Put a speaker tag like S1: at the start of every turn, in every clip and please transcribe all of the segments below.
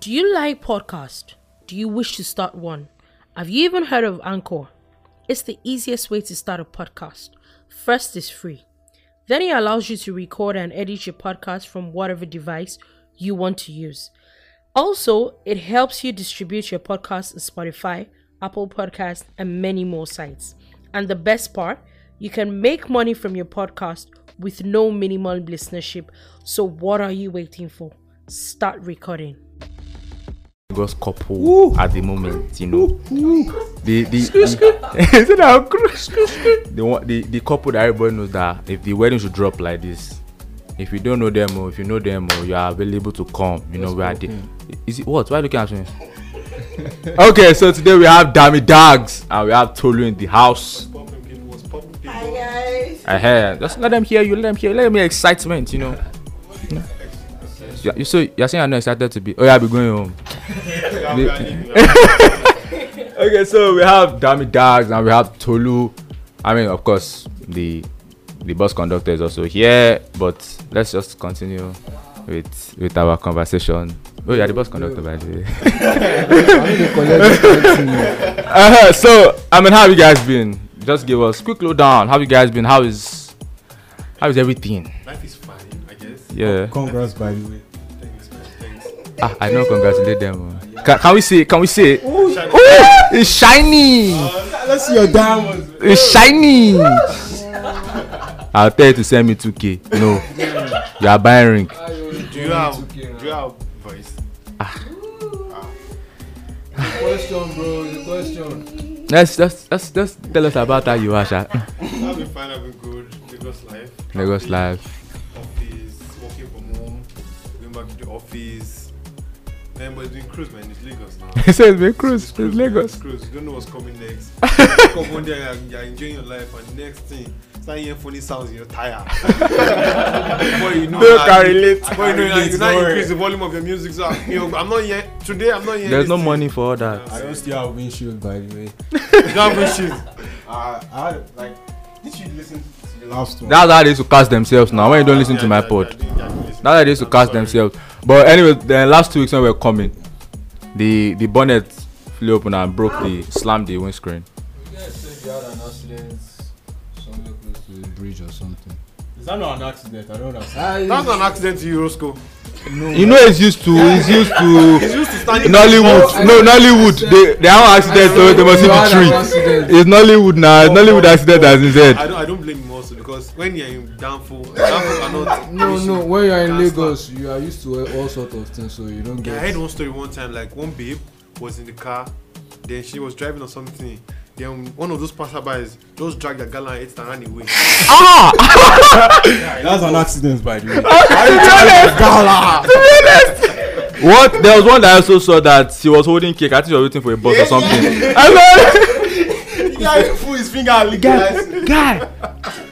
S1: Do you like podcast? Do you wish to start one? Have you even heard of Anchor? It's the easiest way to start a podcast. First is free. Then it allows you to record and edit your podcast from whatever device you want to use. Also, it helps you distribute your podcast on Spotify, Apple Podcasts, and many more sites. And the best part, you can make money from your podcast with no minimum listenership. So, what are you waiting for? Start recording.
S2: Lagos couple at the moment, you know. The the is it our crew? the, one- the the couple that everybody knows that if the wedding should drop like this, if you don't know them or if you know them or you are available to come, you know we are there. Is it what? Why are you looking at me? okay, so today we have Dammy Dags and we have Tolu in the house. I hear. Just let them hear you. Let them hear. Let them hear excitement. You know. You, you so you're saying I'm not excited to be. Oh yeah, I'll be going home. okay, so we have Dammy Dags and we have Tolu. I mean, of course, the the bus conductor is also here, but let's just continue with with our conversation. Oh, yeah, the bus conductor, by the way. uh-huh, so, I mean, how have you guys been? Just give us quick lowdown. How have you guys been? How is how is everything?
S3: Life is fine, I guess.
S2: Yeah,
S4: Congrats, by the way.
S3: Thanks, man. Thanks.
S2: ah, I know. Congratulate them. oh. Can, can we see? it? Can we see? it? Ooh, it's shiny.
S4: Let's see your diamond.
S2: It's shiny. I'll tell you to send me 2k. No. you are buying ring.
S3: Do you have do you have voice?
S4: Question, bro. The question.
S2: Let's just let's just tell us about how you are, Sha. Hmm,
S3: I've been fine, I've been good. Lagos life.
S2: Lagos
S3: Happy.
S2: life.
S3: Office, working from home, going back to the office. Man, but it's been cruise, man. It's Lagos now.
S2: He says we cruise,
S3: Cruise,
S2: it's
S3: man,
S2: Lagos.
S3: It's cruise. You don't know what's coming next. You come one day and you're enjoying your life, and next thing, start hearing funny sounds, you're tired. Before you know,
S2: No,
S3: like,
S2: can relate.
S3: Before you know, like,
S4: Can
S3: you
S4: relate,
S3: now
S4: don't
S3: increase the volume of your music. So I'm, you know, I'm not here today. I'm not here.
S2: There's no money for all that.
S4: I don't still have windshield, by the way.
S3: You don't have issues.
S4: Uh, I had, like, did you listen to the last one?
S2: That's how they used to cast themselves now. When you don't listen to
S3: Yeah,
S2: my
S3: yeah,
S2: pod.
S3: yeah, yeah, yeah,
S2: That's how they used to
S3: I'm
S2: cast
S3: sorry.
S2: themselves. But anyway, the last two weeks when we were coming, the the bonnet flew open and broke the slammed the windscreen.
S4: You guys said you had an accident somewhere close to the bridge or something. Is that not an accident? I don't understand.
S3: That's not an accident to Eurosco.
S2: You know it's used to it's used to
S3: It's used to standing.
S2: Nollywood. No, Nollywood. They they have accident, so they must see the tree. It's Nollywood now. It's Nollywood accident as he
S3: I
S2: said.
S3: don't, I don't blame him also because when you're in downfall, downfall cannot.
S4: No,
S3: finish
S4: no.
S3: you.
S4: When you are in
S3: Can't
S4: Lagos, you are used to all sorts of things, so you don't
S3: start.
S4: get.
S3: I heard one story one time like one babe was in the car, then she was driving or something. Then one of those passerbys just dragged the gala and ate it and ran away.
S2: Ah!
S4: That's an accident, by the way.
S2: What? There was one that I also saw that he was holding cake. I think he was waiting for a bus or something. I
S3: yeah, put his finger and lick
S2: mean, guy,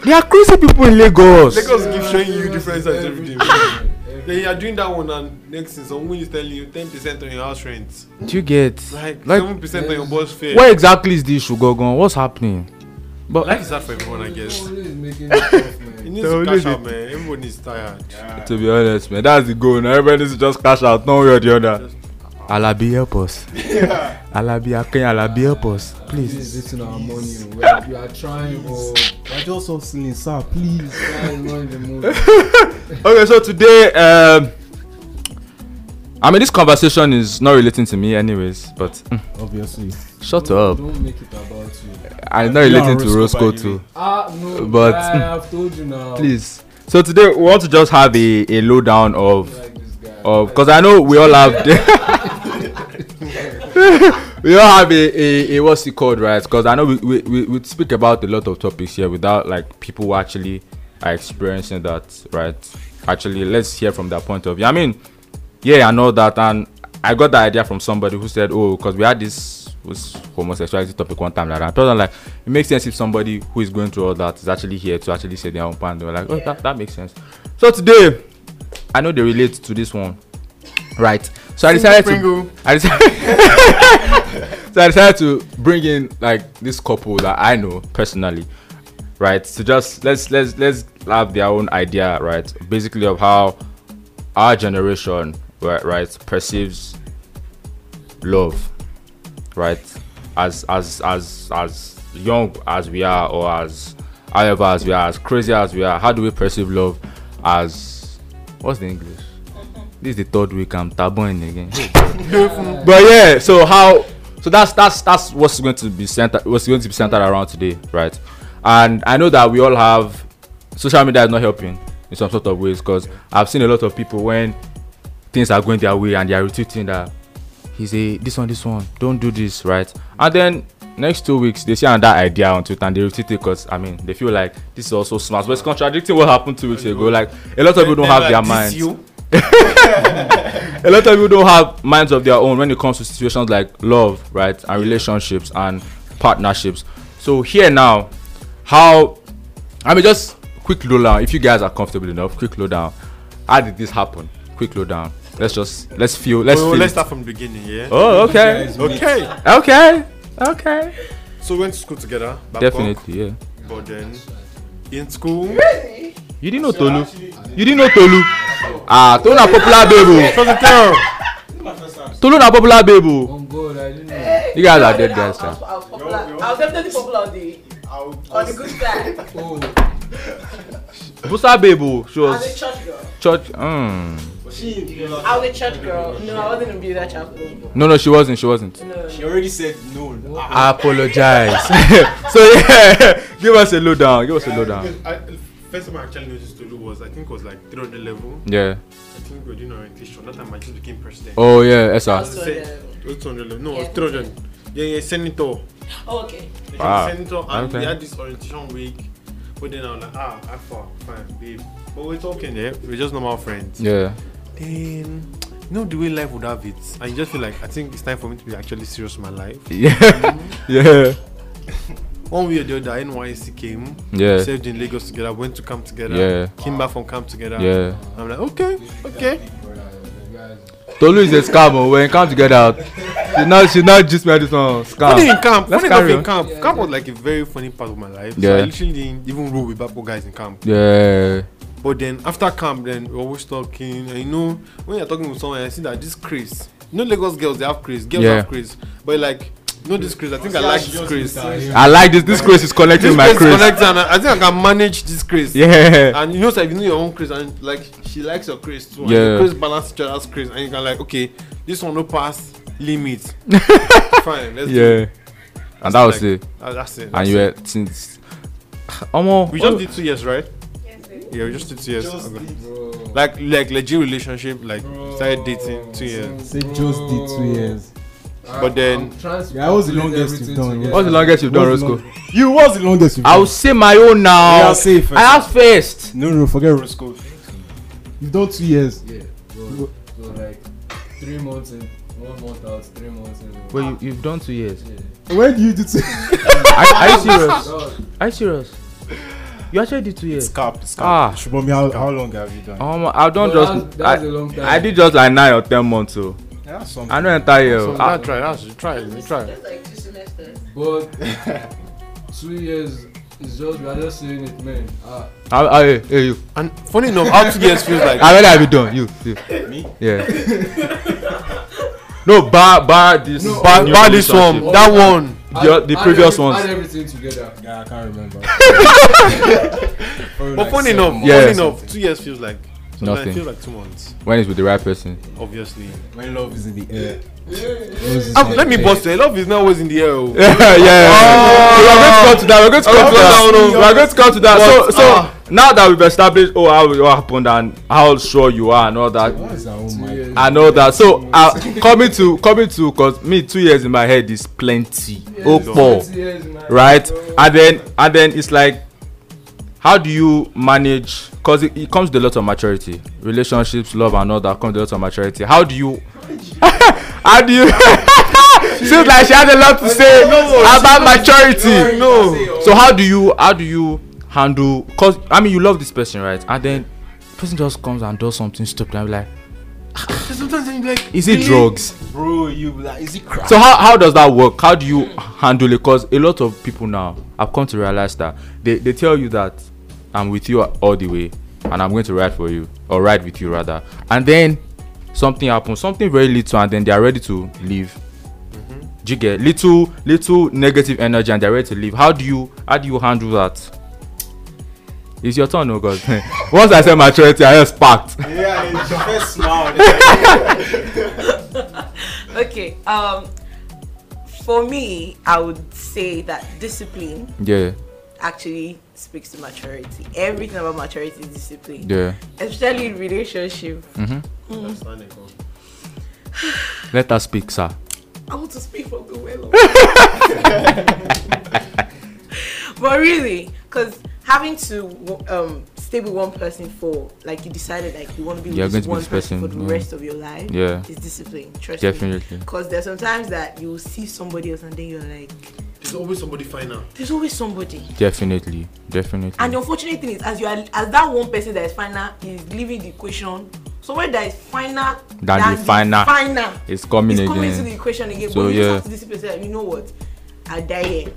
S2: they are crazy people in Lagos.
S3: Lagos keep showing you different sides every day. Then you are doing that one and next thing someone is telling you 10% on your house rent.
S2: Do you get?
S3: Like,
S2: Like-
S3: 7% on your bus fare.
S2: Where exactly is the issue, Gogon? What's happening? But
S3: Life is hard for everyone, I guess.
S4: Always making it tough, man.
S3: You need to
S2: Totally
S3: cash out, man. Everyone is tired.
S2: to be honest, man, that's the goal. Now everybody needs to just cash out, no way or the other.
S3: Just-
S2: Alabi help us. Alabi, Akin, Alabi help us,
S4: Please
S2: please.
S4: listen our money. Well, you are trying, oh. or we're just hustling, sir. Please, that is not in the mood.
S2: Okay, so today, um, I mean, this conversation is not relating to me, anyways. But mm,
S4: Obviously,
S2: shut
S4: don't,
S2: up.
S4: Don't make it about you.
S2: I'm not
S4: You are
S2: relating to Roscoe
S4: Roscoe, by the
S2: too.
S4: Ah, no.
S2: But-
S4: I have told you now.
S2: Please. So today we want to just have a, a lowdown
S4: I
S2: of
S4: Like this guy.
S2: of because I know we all have we all have a, a, a what's it called right? Because I know we, we, we, we speak about a lot of topics here without like people who actually are experiencing that right. Actually, let's hear from that point of view. I mean, yeah, I know that, and I got the idea from somebody who said, oh, because we had this was homosexuality topic one time like that. I thought like it makes sense if somebody who is going through all that is actually here to actually say their own part. They were like, oh, that, that makes sense. So today, I know they relate to this one, right? So I decided to, I decided, so I decided to bring in like this couple that I know personally, right? So just let's let's let's have their own idea, right? Basically of how our generation ri- right perceives love, right? As as as as young as we are, or as however as we are, as crazy as we are, how do we perceive love? As what's the English? This is the third week I'm taboing again. but yeah, so how? So that's that's that's what's going to be centered. What's going to be centered around today, right? And I know that we all have social media is not helping in some sort of ways because I've seen a lot of people when things are going their way and they are retweeting that he's a this one, this one, don't do this, right? And then next two weeks they see another idea on Twitter and they retweet it because I mean they feel like this is also smart, but it's contradicting what happened two weeks ago. Like a lot of people don't have their minds
S3: You,
S2: a lot of people don't have minds of their own when it comes to situations like love, right, and relationships and partnerships. So here now, how I mean, just quick lowdown. If you guys are comfortable enough, quick lowdown. How did this happen? Quick lowdown. Let's just let's feel. Let's
S3: well,
S2: feel.
S3: Oh, let's
S2: it.
S3: start from the beginning, yeah?
S2: oh, okay,
S4: Guys,
S3: Okay.
S2: okay, okay.
S3: So we went to school together. Bangkok,
S2: Definitely, yeah.
S3: But then in school,
S2: You didn't know Tolu. You didn't know Tolu. Ah, Tolu na popular babe. o. Tolu na popular babe. o.
S4: On Oh, God, I didn't know.
S2: You guys are dead guys,
S5: I
S2: sir.
S5: was, I was popular. I was definitely popular on the on the good side.
S4: Oh,
S2: Busa babe, o, she
S5: I was
S2: was
S5: a church girl.
S2: church mm.
S4: she,
S5: I was a church girl. No, I wasn't in Buda Chapel.
S2: no no she wasn't she wasn't
S5: No.
S4: she already said no.
S2: i apologize so yeah give us a lowdown give us a lowdown
S3: I, first time I actually noticed Tolu was I think it was like 300 level.
S2: yeah
S3: I think we were doing orientation. That time I just became president.
S2: oh yeah esa
S5: Also,
S3: Say-
S5: um,
S3: It was 200 level. No, it was
S5: Yeah.
S3: 300. Yeah, yeah, senator.
S5: Oh, okay.
S3: Became
S2: Wow.
S3: Senator, and
S2: Ah. Okay.
S3: we had this orientation week. But then I was like, ah, I thought, fine, babe. But we're talking, yeah. We're just normal friends.
S2: yeah
S3: Then, you know the way life would have it, and you just feel like I think it's time for me to be actually serious in my life.
S2: yeah yeah
S3: One way or the other, NYC came,
S2: Yeah.
S3: saved in Lagos together, went to camp together,
S2: Yeah.
S3: came back from camp together.
S2: yeah
S3: I'm like, okay, okay.
S2: tolu is a scam o when it come together she now she now gist me this one
S3: Funny in
S2: scam
S3: camp,
S2: Let's
S3: funny enough
S2: carry
S3: in
S2: on.
S3: camp. Camp was like a very funny part of my life. So
S2: Yeah.
S3: I literally didn't even roll with Bapo guys in camp.
S2: yeah
S3: But then after camp, then we we're always talking. And you know, when you're talking with someone, I see that this Chris, you know, Lagos girls, they have Chris, girls
S2: Yeah.
S3: have Chris. But like, no, this Chris, I think I like this Chris. This
S2: i like this this craze is collecting my
S3: Chris is
S2: craze
S3: connected, and uh, I I think I can manage this Chris.
S2: yeah
S3: And you know, so if you know your own Chris, and like she likes your Chris too. And
S2: Yeah.
S3: your Chris balance each other's Chris, and you can like, okay, this one no pass limit. Fine, let's do
S2: yeah
S3: it.
S2: and that was it
S3: Ah, that's it.
S2: and
S3: that's
S2: you
S3: it.
S2: were since omo
S3: We just did two years, right? Yeah, we just did two years. Okay. Like like legit relationship, like started dating two years.
S6: Say just did two years.
S3: But then
S6: Yeah, that was the longest you've done.
S2: what's the longest you don roscoe
S6: You was the longest you've
S2: i
S6: done.
S2: will say my own
S6: You
S2: now
S6: are safe.
S2: i ask first
S6: No, no, forget Roscoe. You've done two years.
S4: Yeah, so, so like three months in, one month out, three months in.
S2: Well, you, you've done two years.
S4: Yeah.
S6: When do you do two?
S2: Are, are you serious?
S4: Dog,
S2: Are you serious? You actually did two years.
S6: Cap, cap.
S2: Ah.
S6: Shubham, how, how long have you done?
S2: Um, I've done
S4: No,
S2: just.
S4: that's- that's
S2: I-
S4: a long time.
S2: I did just like nine or ten months. So
S6: Yeah, something.
S2: I know entire year. oh.
S3: so
S2: I-
S3: that try, that's try, you try.
S5: Just like two semesters.
S4: But two years is just we are just saying it, man. Ah,
S2: I, I, hey, hey, you.
S3: And funny enough, how two years feels like
S2: Ah. I really have you done. You, you.
S6: Me?
S2: Yeah. no, bar, bar this.
S4: No,
S2: bar,
S3: buy, buy this one,
S2: relationship.
S3: that one.
S2: The, the
S4: add
S2: previous
S4: every-
S2: ones.
S4: Add everything together.
S6: Yeah, I can't remember. Probably
S3: But
S6: like
S3: funny
S6: seven
S3: enough,
S6: months
S2: Yeah.
S3: funny
S6: or
S3: enough,
S6: something.
S3: two years feels like sometimes
S2: Nothing.
S3: it feels like two months,
S2: When it's with the right person.
S3: obviously.
S6: When love is in the air.
S3: Ah, let me bust it. Love is not always in the air. oh.
S2: yeah, yeah. yeah. So we are going to come to that. We are going to come to that.
S3: Oh, no, no.
S2: We are going to come to that.
S3: But,
S2: so, so
S3: ah.
S2: now that we've established, oh, how it all happened and how sure you are and all that,
S6: What is that? Oh my
S4: years.
S6: God.
S2: I know that. So uh, coming to coming to cause me two years in my head is plenty. Oh
S4: Two
S2: four.
S4: years, man.
S2: Right?
S4: So-
S2: And then and then it's like how do you manage because it, it comes with a lot of maturity. Relationships, love and all that comes with a lot of maturity. How do you how do you Seems like she has a lot to say about maturity.
S4: No.
S2: So how do you how do you handle? Cause I mean you love this person, right? And then person just comes and does something stupid. I'm like,
S3: Sometimes I'm like,
S2: is it drugs?
S6: Bro, you like, is it crap?
S2: So how, how does that work? How do you handle it? Because a lot of people now, I've come to realize that they, they tell you that I'm with you all the way and I'm going to ride for you or ride with you rather. And then something happens, something very little, and then they are ready to leave. Do you get little little negative energy and they're ready to leave? How do you how do you handle that? It's your turn, oh God. Once I said maturity, I just packed.
S4: Yeah, it's your first smile.
S5: Okay. Um, for me, I would say that discipline
S2: Yeah,
S5: actually speaks to maturity. Everything about maturity is discipline,
S2: yeah.
S5: especially in relationship.
S3: Understanding, come.
S2: Let us speak, sir.
S5: I want to speak for the well. but really, because having to um, stay with one person for like you decided like you want to be
S2: You're going
S5: with this
S2: to be
S5: one
S2: this
S5: person, for
S2: person,
S5: the
S2: yeah.
S5: rest of your life.
S2: Yeah.
S5: is discipline. Trust
S2: Definitely.
S5: Because there's sometimes that you see somebody else and then you're like,
S3: There's always somebody final.
S5: there's always somebody.
S2: Definitely, definitely.
S5: And the unfortunate thing is, as you are, as that one person that is final is leaving the equation, somewhere that is final
S2: Than the final.
S5: final
S2: it's coming
S5: is coming into
S2: again.
S5: the equation again.
S2: So,
S5: but you
S2: yeah.
S5: just have to discipline. say, You know what? I die here.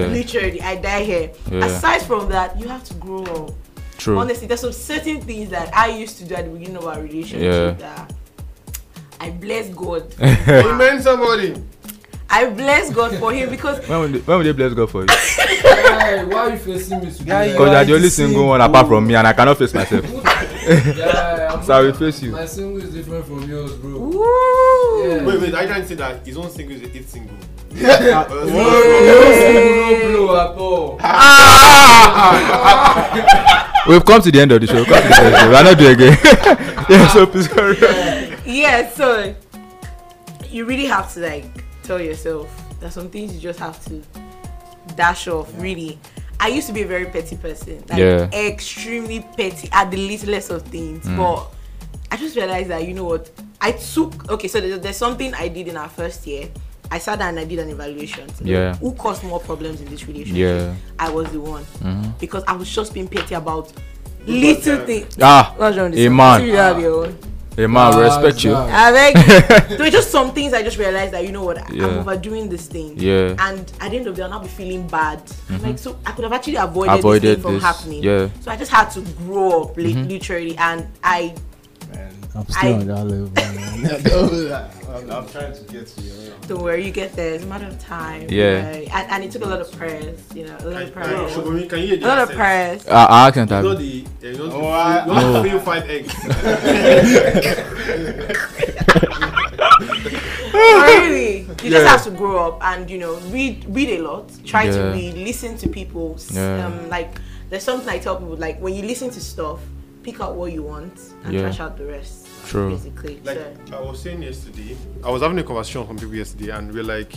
S2: yeah,
S5: Literally, I die here.
S2: Yeah.
S5: Aside from that, you have to grow up.
S2: true.
S5: Honestly, there's some certain things that I used to do at the beginning of our relationship
S2: Yeah.
S5: that I bless God.
S3: Amen, somebody.
S5: I bless God for him because
S2: When will, they, when will they bless God for you?
S4: Hey, why are you facing me today?
S6: Yeah, you
S2: Because you're the
S6: are
S2: only
S6: the
S2: single
S6: same,
S2: one apart from me, and I cannot face myself.
S4: Yeah, I'm
S2: So I will face you.
S4: My single is different from yours, bro.
S5: Woo!
S4: Yeah.
S3: Wait, wait, I can't say that his own single is a hit single.
S4: No blow at all.
S2: We've come to the end of the show. We've come to the end of the show. We're not doing again. yeah, so please carry on.
S5: yeah so you really have to like tell yourself that some things you just have to dash off really i used to be a very petty person like
S2: Yeah. Mm.
S5: extremely petty at the littlest of things but i just realized that you know what i took okay so there's, there's something i did in our first year i sat down and i did an evaluation to know
S2: Yeah.
S5: who caused more problems in this relationship
S2: Yeah. Mm-hmm.
S5: i was the one because i was just being petty about little things
S2: Ah,
S5: what's wrong with
S2: a
S5: this one?
S2: man.
S5: See, you have your own.
S2: hey man, we respect you.
S4: Ah,
S5: I like there were just some things I just realized that you know what I-
S2: Yeah.
S5: I'm overdoing this thing.
S2: Yeah. Mm-hmm.
S5: And at the end of the day, I'll not be feeling bad. I'm Like so I could have actually avoided, this
S2: Avoided
S5: thing from
S2: this,
S5: happening.
S2: yeah. Mm-hmm.
S5: So I just had to grow up li- literally and I
S6: I'm
S5: still I- on
S6: that level. Man. I'm trying to get to you.
S5: don't worry, you get there. It's a matter of time.
S2: Yeah.
S5: right? And, and it took a lot of prayers, you know, a lot
S3: Can,
S5: of
S3: can,
S5: prayers. A
S3: Shobumi, can you hear the
S5: lot of
S3: accent?
S5: prayers.
S2: Uh, I can't
S3: You know
S2: have
S3: the, eh, you know
S6: Oh, I-
S3: the, you know the free fried eggs.
S5: really. You
S2: Yeah.
S5: just have to grow up and you know read read a lot. Try
S2: Yeah.
S5: to read, listen to people. s-
S2: Yeah.
S5: Um, like there's something I tell people like when you listen to stuff, pick out what you want and
S2: Yeah.
S5: trash out the rest.
S2: True.
S5: Basically.
S3: like
S5: so,
S3: I was saying yesterday, I was having a conversation with some people yesterday, and we are like,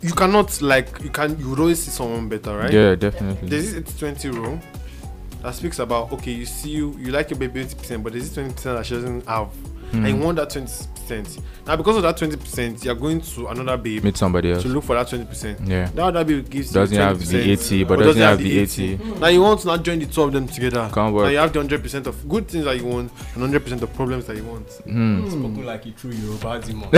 S3: you cannot like you can you would always see someone better, right?
S2: Yeah, definitely.
S3: There's this 20 rule that speaks about okay, you see you you like your baby 80 percent, but there's this 20 percent that she doesn't have,
S2: Hmm.
S3: and you want that 20 percent. Now because of that 20 percent, you're going to another babe
S2: Meet somebody else.
S3: to look for that 20 percent.
S2: Yeah.
S3: That other babe gives
S2: Doesn't
S3: you 20%,
S2: have the 80, but doesn't have the 80.
S3: Now you want to not join the two of them together.
S2: Can't work.
S3: Now you have the 100% of good things that you want and 100% of problems that you want.
S6: Spoken like a true Yoruba demon.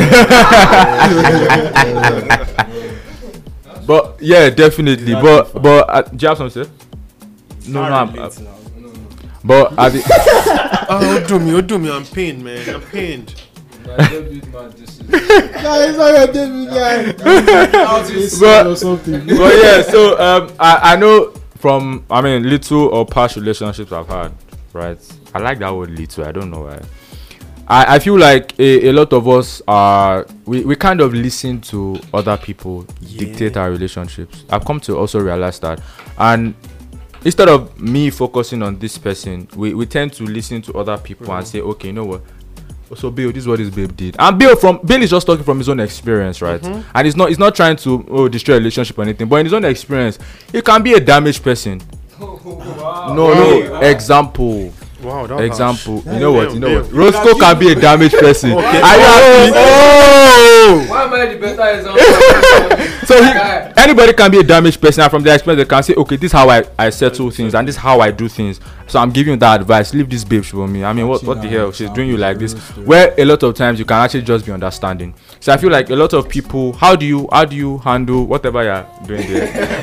S2: But yeah, definitely.
S6: Exactly
S2: But
S6: fine.
S2: but uh, do you have something? to say? No, no.
S6: I
S2: I'm-
S6: relate
S2: uh,
S6: now. No, no.
S2: But at the,
S3: oh, do me, oh, do me. I'm pained, man. I'm pained.
S4: I don't do mad decisions.
S6: it's not your David
S4: Out is-
S2: But-
S6: or something.
S2: but yeah, so um, I, I know from I mean little or past relationships I've had, right? I like that word little. I don't know why. I, I feel like a, a lot of us are we, we kind of listen to other people dictate our relationships. I've come to also realize that, and instead of me focusing on this person, we, we tend to listen to other people and say, okay, you know what? So Bill, this is what this babe did, and Bill from Bill is just talking from his own experience, right? And it's not it's not trying to oh, destroy a relationship or anything, but in his own experience, he can be a damaged person.
S4: Oh, Wow.
S2: No, no example,
S3: Wow, that
S2: example. You know what? You know what?
S3: Damn,
S2: Roscoe can be a damaged person. Are you
S3: Okay.
S2: happy? Oh,
S4: Why am I the better example?
S2: so he,
S4: Guy.
S2: anybody can be a damaged person and from their experience they can say okay this is how I, I settle things and this is how I do things so I'm giving you that advice leave this bitch for me I mean what, what the hell she's doing you like this where a lot of times you can actually just be understanding so I feel like a lot of people how do you how do you handle whatever you're doing there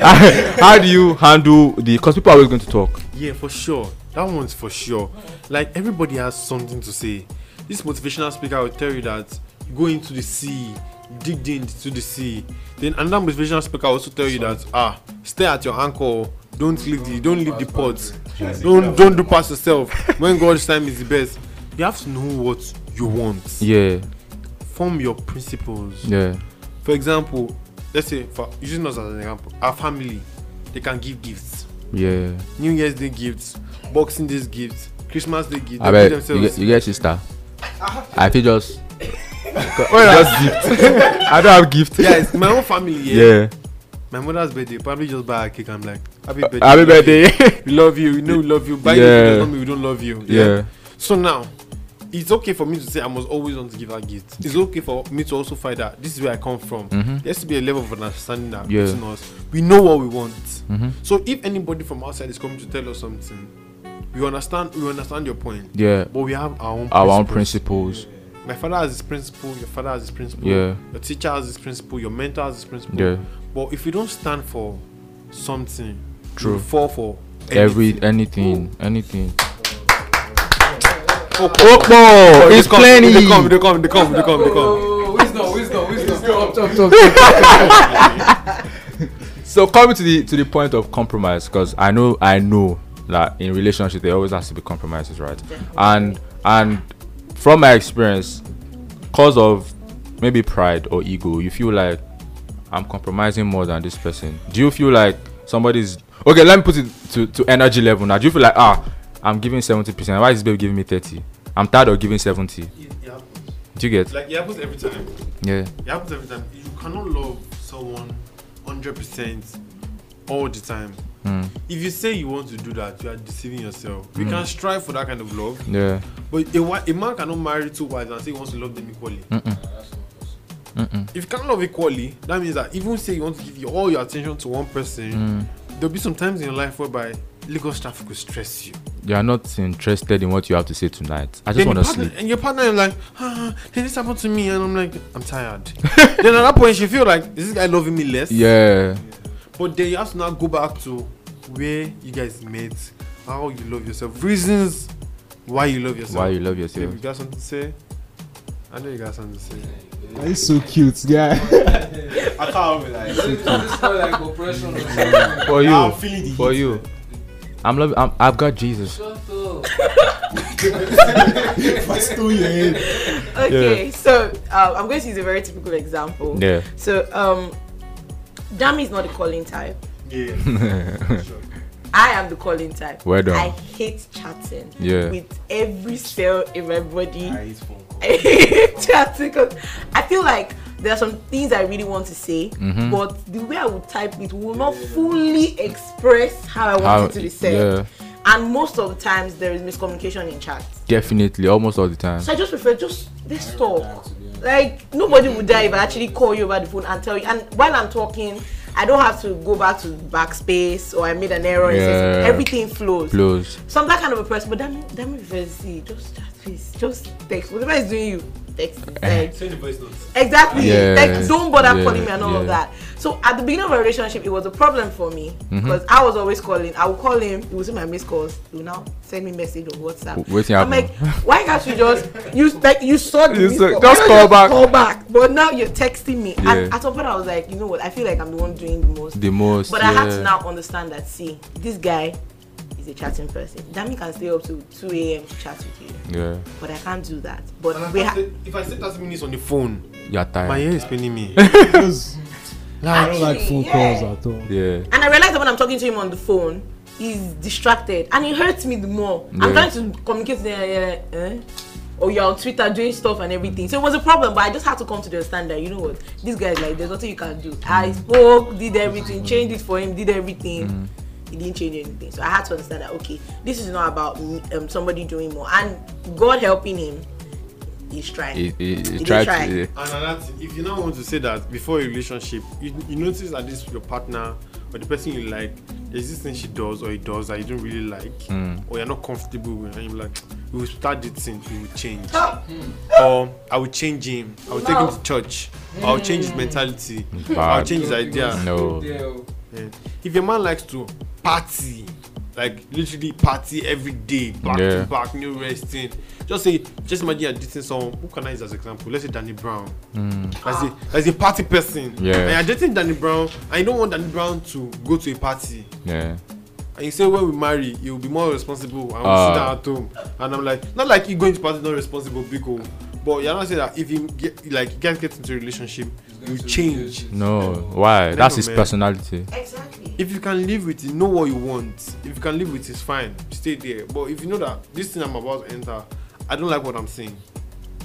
S2: how do you handle the because people are always going to talk
S3: Yeah, for sure. That one's for sure. Like everybody has something to say. This motivational speaker will tell you that you go into the sea, digged into the sea. Then another motivational speaker will also tell you that ah, stay at your ankle, don't leave the don't leave the pot, don't don't do past yourself. when God's time is the best, you have to know what you want.
S2: Yeah.
S3: Form your principles.
S2: Yeah.
S3: For example, let's say for using us as an example, our family, they can give gifts.
S2: Yeah.
S3: New Year's Day gifts, Boxing Day gifts, Christmas Day gifts.
S2: I
S3: they give
S2: bet you get, you get sister. I feel just.
S3: Whereas-
S2: just gift. I don't have gift.
S3: Guys, my own family, yeah.
S2: Yeah.
S3: My mother's birthday, probably just buy a cake. I'm like, happy birthday.
S2: Happy birthday.
S3: We love you. We know we love you. Buy
S2: Yeah.
S3: yeah. doesn't mean we don't love you.
S2: yeah.
S3: So now, it's okay for me to say I must always want to give her gifts. It's okay for me to also find out this is where I come from.
S2: Mhm.
S3: There has to be a level of understanding that
S2: Yeah.
S3: between us. We know what we want.
S2: Mhm.
S3: So if anybody from outside is coming to tell us something, we understand. We understand your point.
S2: Yeah.
S3: But we have our own
S2: Our own
S3: principles.
S2: principles.
S3: My father has his principle. Your father has his principle.
S2: Yeah.
S3: Your teacher has his principle. Your mentor has his principle.
S2: Yeah.
S3: But if you don't stand for something,
S2: True.
S3: you fall for
S2: Every
S3: anything.
S2: anything, anything. Oh,
S3: Oh, oh,
S2: it's
S3: they come,
S2: plenty.
S3: They come, they come, they come, they come, they come.
S4: Oh, wisdom, wisdom, wisdom. Chop, chop, chop, chop.
S2: So coming to the to the point of compromise, because I know I know that in relationship there always has to be compromises, right? And and from my experience, cause of maybe pride or ego, you feel like I'm compromising more than this person. Do you feel like somebody's okay? Let me put it to, to energy level now. Do you feel like ah, I'm giving seventy percent? Why is this babe giving me thirty? I'm tired of giving seventy.
S3: Yeah,
S2: Do you get?
S3: like it happens every time.
S2: Yeah.
S3: It happens every time. You cannot love someone hundred percent all the time.
S2: Mm.
S3: If you say you want to do that, you are deceiving yourself.
S2: Hmm.
S3: We can strive for that kind of love,
S2: Yeah.
S3: but a, wi- a man cannot marry two wives and say he wants to love them equally.
S2: Mm-mm.
S3: If you cannot love equally, that means that even say you want to give your, all your attention to one person,
S2: Mm.
S3: there'll be some times in your life whereby Lagos traffic will stress you.
S2: You are not interested in what you have to say tonight. I just
S3: Then
S2: want
S3: your
S2: to
S3: partner-
S2: sleep.
S3: And your partner is like, ah, then this happened to me, and I'm like, I'm tired. then at that point, she feel like, is this guy loving me less?
S2: Yeah.
S3: But then you have to now go back to where you guys met, how you love yourself, reasons why you love yourself.
S2: Why you love
S3: Babe,
S2: yourself?
S3: you got something to say? I know you got something to say.
S6: He's so cute, guy. I can't even like.
S4: This is called like oppression or something.
S2: for
S6: I'm
S2: you
S6: feeling the
S2: for
S6: heat.
S2: you i'm loving I'm, i've got jesus
S4: Shut up.
S6: What's to your head?
S5: Okay, so um, I'm going to use a very typical example.
S2: yeah
S5: So, um, Dami is not the calling type.
S6: Yeah.
S5: I am the calling type.
S2: Well done.
S5: I hate chatting.
S2: Yeah.
S5: With every cell in my body.
S6: I hate phone calls.
S5: chatting 'cause I feel like there are some things I really want to say,
S2: Mhm.
S5: but the way I would type it will not fully express how I want
S2: How-
S5: it to be said.
S2: yeah.
S5: And most of the times there is miscommunication in chat.
S2: definitely almost all the time
S5: So I just prefer just let's talk.
S6: to be honest.
S5: Like nobody would die if I actually call you over the phone and tell you. And while I'm talking, I don't have to go back to backspace or I made an error. and says-
S2: Yeah.
S5: Everything flows.
S2: close
S5: So I'm that kind of a person, but that means that means very see, just chat please, just text. Whatever is doing you, text. Like,
S3: Say the voice notes.
S5: exactly.
S2: Yeah.
S5: Like don't bother
S2: Yeah.
S5: calling me and all of
S2: Yeah. Mm-hmm.
S5: that. So at the beginning of our relationship, it was a problem for me because I was always calling. I would call him, he would see my missed calls. He would now send me message on WhatsApp.
S2: W- wetin
S5: I'm
S2: happen?
S5: like, why can't you just you like you saw the
S2: You
S5: missed
S2: saw-
S5: call.
S2: just
S5: Why don't
S2: call
S5: you
S2: back.
S5: Call back. But now you're texting me. And
S2: Yeah.
S5: at some point I was like, you know what? I feel like I'm the one doing the most.
S2: the most
S5: But
S2: yeah.
S5: I had to now understand that see, this guy is a chatting person. Dami can stay up to 2 a.m. to chat with you.
S2: yeah
S5: But I can't do that. But
S3: And I
S5: we
S3: can't
S5: ha-
S3: say- if I say 30 minutes on the phone,
S2: you're
S3: my
S2: tired
S3: hair is paining me.
S6: Because I don't like phone
S5: Actually,
S6: calls
S5: yeah.
S6: at all.
S2: yeah
S5: and I realized that when I'm talking to him on the phone, he's distracted and it hurts me the more. I'm
S2: Yeah.
S5: trying to communicate with him, eh, eh, eh? or you're on Twitter doing stuff and everything. So it was a problem, but I just had to come to the understand that you know what, this guy's like, there's nothing you can do. I spoke, did everything, changed it for him, did everything.
S2: Mm-hmm.
S5: He didn't change anything, so I had to understand that okay, this is not about me- um, somebody doing more, and God helping him. He's trying.
S2: it, it,
S5: He
S2: it
S5: did
S2: tried
S5: try.
S2: to, yeah.
S3: And another thing, if you now want to say that before a relationship, you, you notice that this your partner or the person you like, there's this thing she does or he does that you don't really like, or you're not comfortable with, and you're like, we will start dating, we will change. or I will change him, I will take him
S5: No.
S3: to church, or I'll change
S5: Hmm.
S3: his mentality, or I'll
S2: Bad.
S3: change his idea.
S2: No.
S3: Eh, If your man likes to party, like literally party every day, back
S2: Yeah.
S3: to back, no resting. Just say, just imagine you're dating someone. Who can I use as example? Let's say Danny Brown. As a as a party person,
S2: Hmm. Yeah.
S3: and you're dating Danny Brown, and you don't want Danny Brown to go to a party.
S2: Yeah.
S3: And you say when we marry, you'll be more responsible. I will
S2: Ah.
S3: sit down at home, and I'm like, not like you going to party not responsible, because. But you're not saying that if you get like you guys get into a relationship, you change.
S2: No. Why? That's his
S3: man.
S2: personality.
S5: Exactly.
S3: if you can live with it know what you want if you can live with it fine stay there but if you know that this thing i'm about to enter i don't like what i'm seeing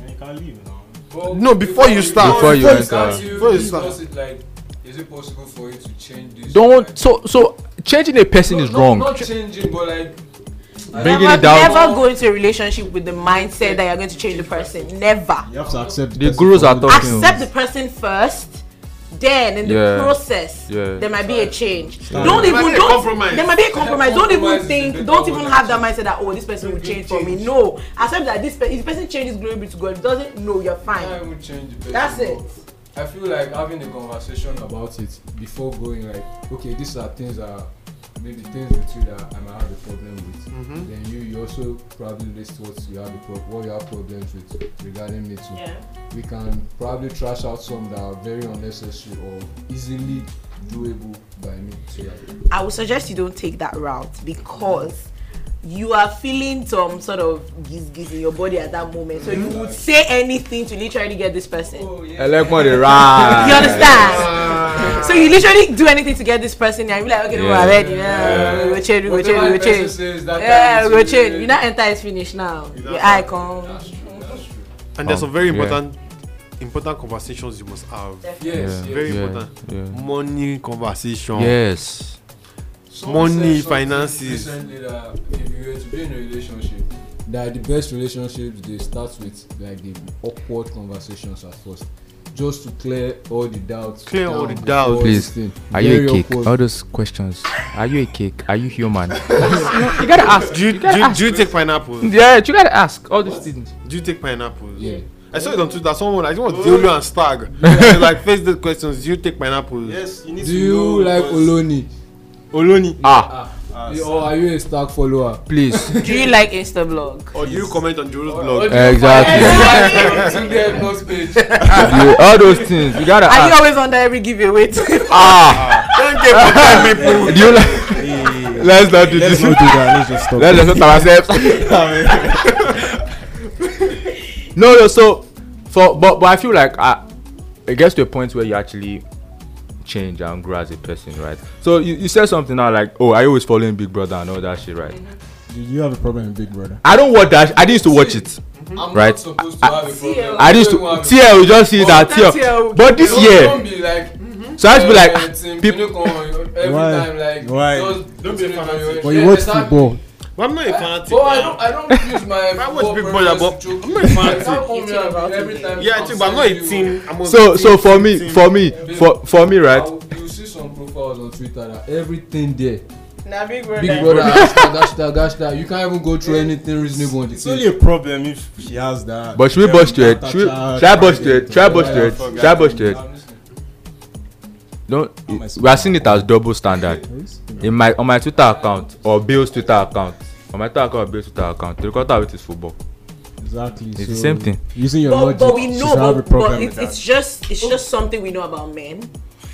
S4: And you can leave now.
S3: No, before you start-
S2: Before you enter.
S3: Before you
S4: you
S3: start.
S4: discuss it, like, is it possible for you to change this?
S2: Don't.
S4: Like-
S2: So so changing a person
S4: No,
S2: is
S4: no,
S2: wrong.
S4: Not changing, but like I
S2: Bringing
S5: never,
S2: it down.
S5: Never go into a relationship with the mindset that you're going to change the person. Never.
S6: You have to accept
S2: The
S6: person
S2: gurus
S6: for
S2: are
S6: who-
S2: talking.
S5: Accept the person first. Then in the
S2: Yeah.
S5: process,
S2: Yeah.
S5: there might be a change.
S2: Yeah.
S5: Don't
S3: There might
S5: even
S3: be a
S5: don't.
S3: compromise.
S5: There might be a compromise. Don't
S4: Compromise
S5: even
S4: is
S5: think.
S4: the
S5: Don't
S4: better
S5: even
S4: one.
S5: have that mindset that oh this person will
S4: Don't
S5: change for
S4: change.
S5: me. No, accept that this pe- if the person changes glory be to God. If doesn't no, you're
S4: I
S5: fine.
S4: will change the person.
S5: That's
S4: but
S5: it.
S4: I feel like having a conversation about it before going like, okay, these are things that maybe things with you that I might have a problem with.
S3: Mhm.
S4: Then you, you also probably list what you have a pro- what you have problems with regarding me too.
S5: Yeah.
S4: We can probably trash out some that are very unnecessary or easily doable by me too. Like,
S5: I would suggest you don't take that route because you are feeling some sort of giz giz in your body at that moment. So you would say anything to literally get this person.
S4: oh yeah.
S2: Elekmo the
S5: You
S2: right.
S5: understand?
S4: Ah.
S5: So you literally do anything to get this person, and you're like, okay, no,
S2: Yeah.
S5: I'm ready. Yeah, we will change, we will change, we will change. Yeah, we will change. You now enter is finished now. Your icon.
S4: That's true. That's true.
S3: and there's
S2: Oh,
S3: some very
S2: yeah.
S3: important important conversations you must have
S4: Yes.
S2: Yeah.
S4: yes.
S3: very
S2: Yeah,
S3: important
S2: yeah.
S3: money conversation
S2: Yes.
S4: Some
S3: Money,
S4: said something
S3: finances.
S4: Recently that if you were to be in a relationship, that the best relationships they start with like the awkward conversations at first, just to clear all the doubts.
S3: Clear all
S4: down
S3: the doubts.
S4: before
S2: Please,
S4: this thing.
S2: Are you
S4: Very
S2: a cake?
S4: awkward.
S2: All those questions. Are you a cake? Are you human? you gotta ask.
S3: do you, do, you, do you take pineapples
S2: Yeah, you gotta ask all these things.
S3: do you take pineapples
S4: Yeah. Oh.
S3: i saw it on twitter someone i think it was Dolo and stag They like face the questions do you take pineapples
S6: Yes, you need
S4: Do
S6: to
S4: you
S6: know
S4: like
S6: because-
S4: Oloni?
S3: oloni
S2: Ah,
S6: Ah,
S4: Or are you a Stark follower?
S2: please.
S5: Do you like Instablog?
S3: or do you comment on Jolo's
S4: Oh,
S3: blog
S2: exactly.
S4: To their blog page.
S2: You- all those things. You gotta
S5: Are you
S2: ask.
S5: always under every giveaway? too?
S2: Ah,
S3: don't get behind me
S2: do you like? Let's not do
S6: Let's
S2: this.
S6: not do that. Let's just stop.
S2: Let's just stop ourselves. no, no. So, for but but I feel like I, it gets to a point where you actually change and grow as a person, right? So you, you said something now like, oh, I always following Big Brother and all that shit, right?
S6: Do you have a problem with Big Brother?
S2: I don't watch that. I used to watch it.
S4: I'm
S2: Right.
S4: not supposed to have a problem.
S2: I used to
S4: don't have a-
S2: TL. You just see Oh, that
S5: that's
S2: TL.
S5: TL.
S2: But this
S4: Don't-
S2: year,
S4: Don't be like.
S2: so I used to be
S4: uh,
S2: like,
S4: team
S2: people.
S4: Pinocchio every
S6: Why?
S4: time like
S6: Why?
S4: just
S3: Don't be
S4: Pinocchio,
S3: fanatic.
S6: But you
S4: yeah,
S6: watch
S4: exactly.
S6: football.
S3: but i'm not a fanatic
S4: But Oh, I don't I don't use my
S3: I watch
S4: football
S3: Big Brother,
S4: preference
S3: but
S4: to joke.
S3: I'm not a fanatic.
S4: How come you are
S5: About
S4: every
S5: it.
S4: time
S3: yeah i think but i'm not a
S4: saying you-
S3: teen i'm on
S2: So
S3: the
S2: so
S3: teen,
S2: for
S3: teen,
S2: me,
S3: teen.
S2: for me, for for me, right?
S4: I'll- You see some profiles on Twitter that everything there,
S5: Nah, big brother.
S4: Big Brother, hashtag, hashtag, hashtag. You can't even go through anything reasonable on the
S6: It's
S4: page.
S6: only a problem if she has that.
S2: But should we
S6: um,
S2: bust to it?
S6: attached
S2: Should we, should I bust to it? Should I bust to it?
S4: Yeah,
S2: Should I bust to it?
S4: I'm listening.
S2: Don't.
S6: How am I
S2: We are
S6: supposed
S2: seeing it as double standard. In my on my Twitter account or Bill's Twitter account. On my Twitter account, or Bill's Twitter account. The quarter of it is football.
S6: Exactly.
S2: It's the same thing.
S6: Using your
S5: but,
S6: logic,
S5: but we
S6: she
S5: know,
S6: should have a
S5: but, but
S6: problem with
S5: it's,
S6: that.
S5: it's just it's just something we know about men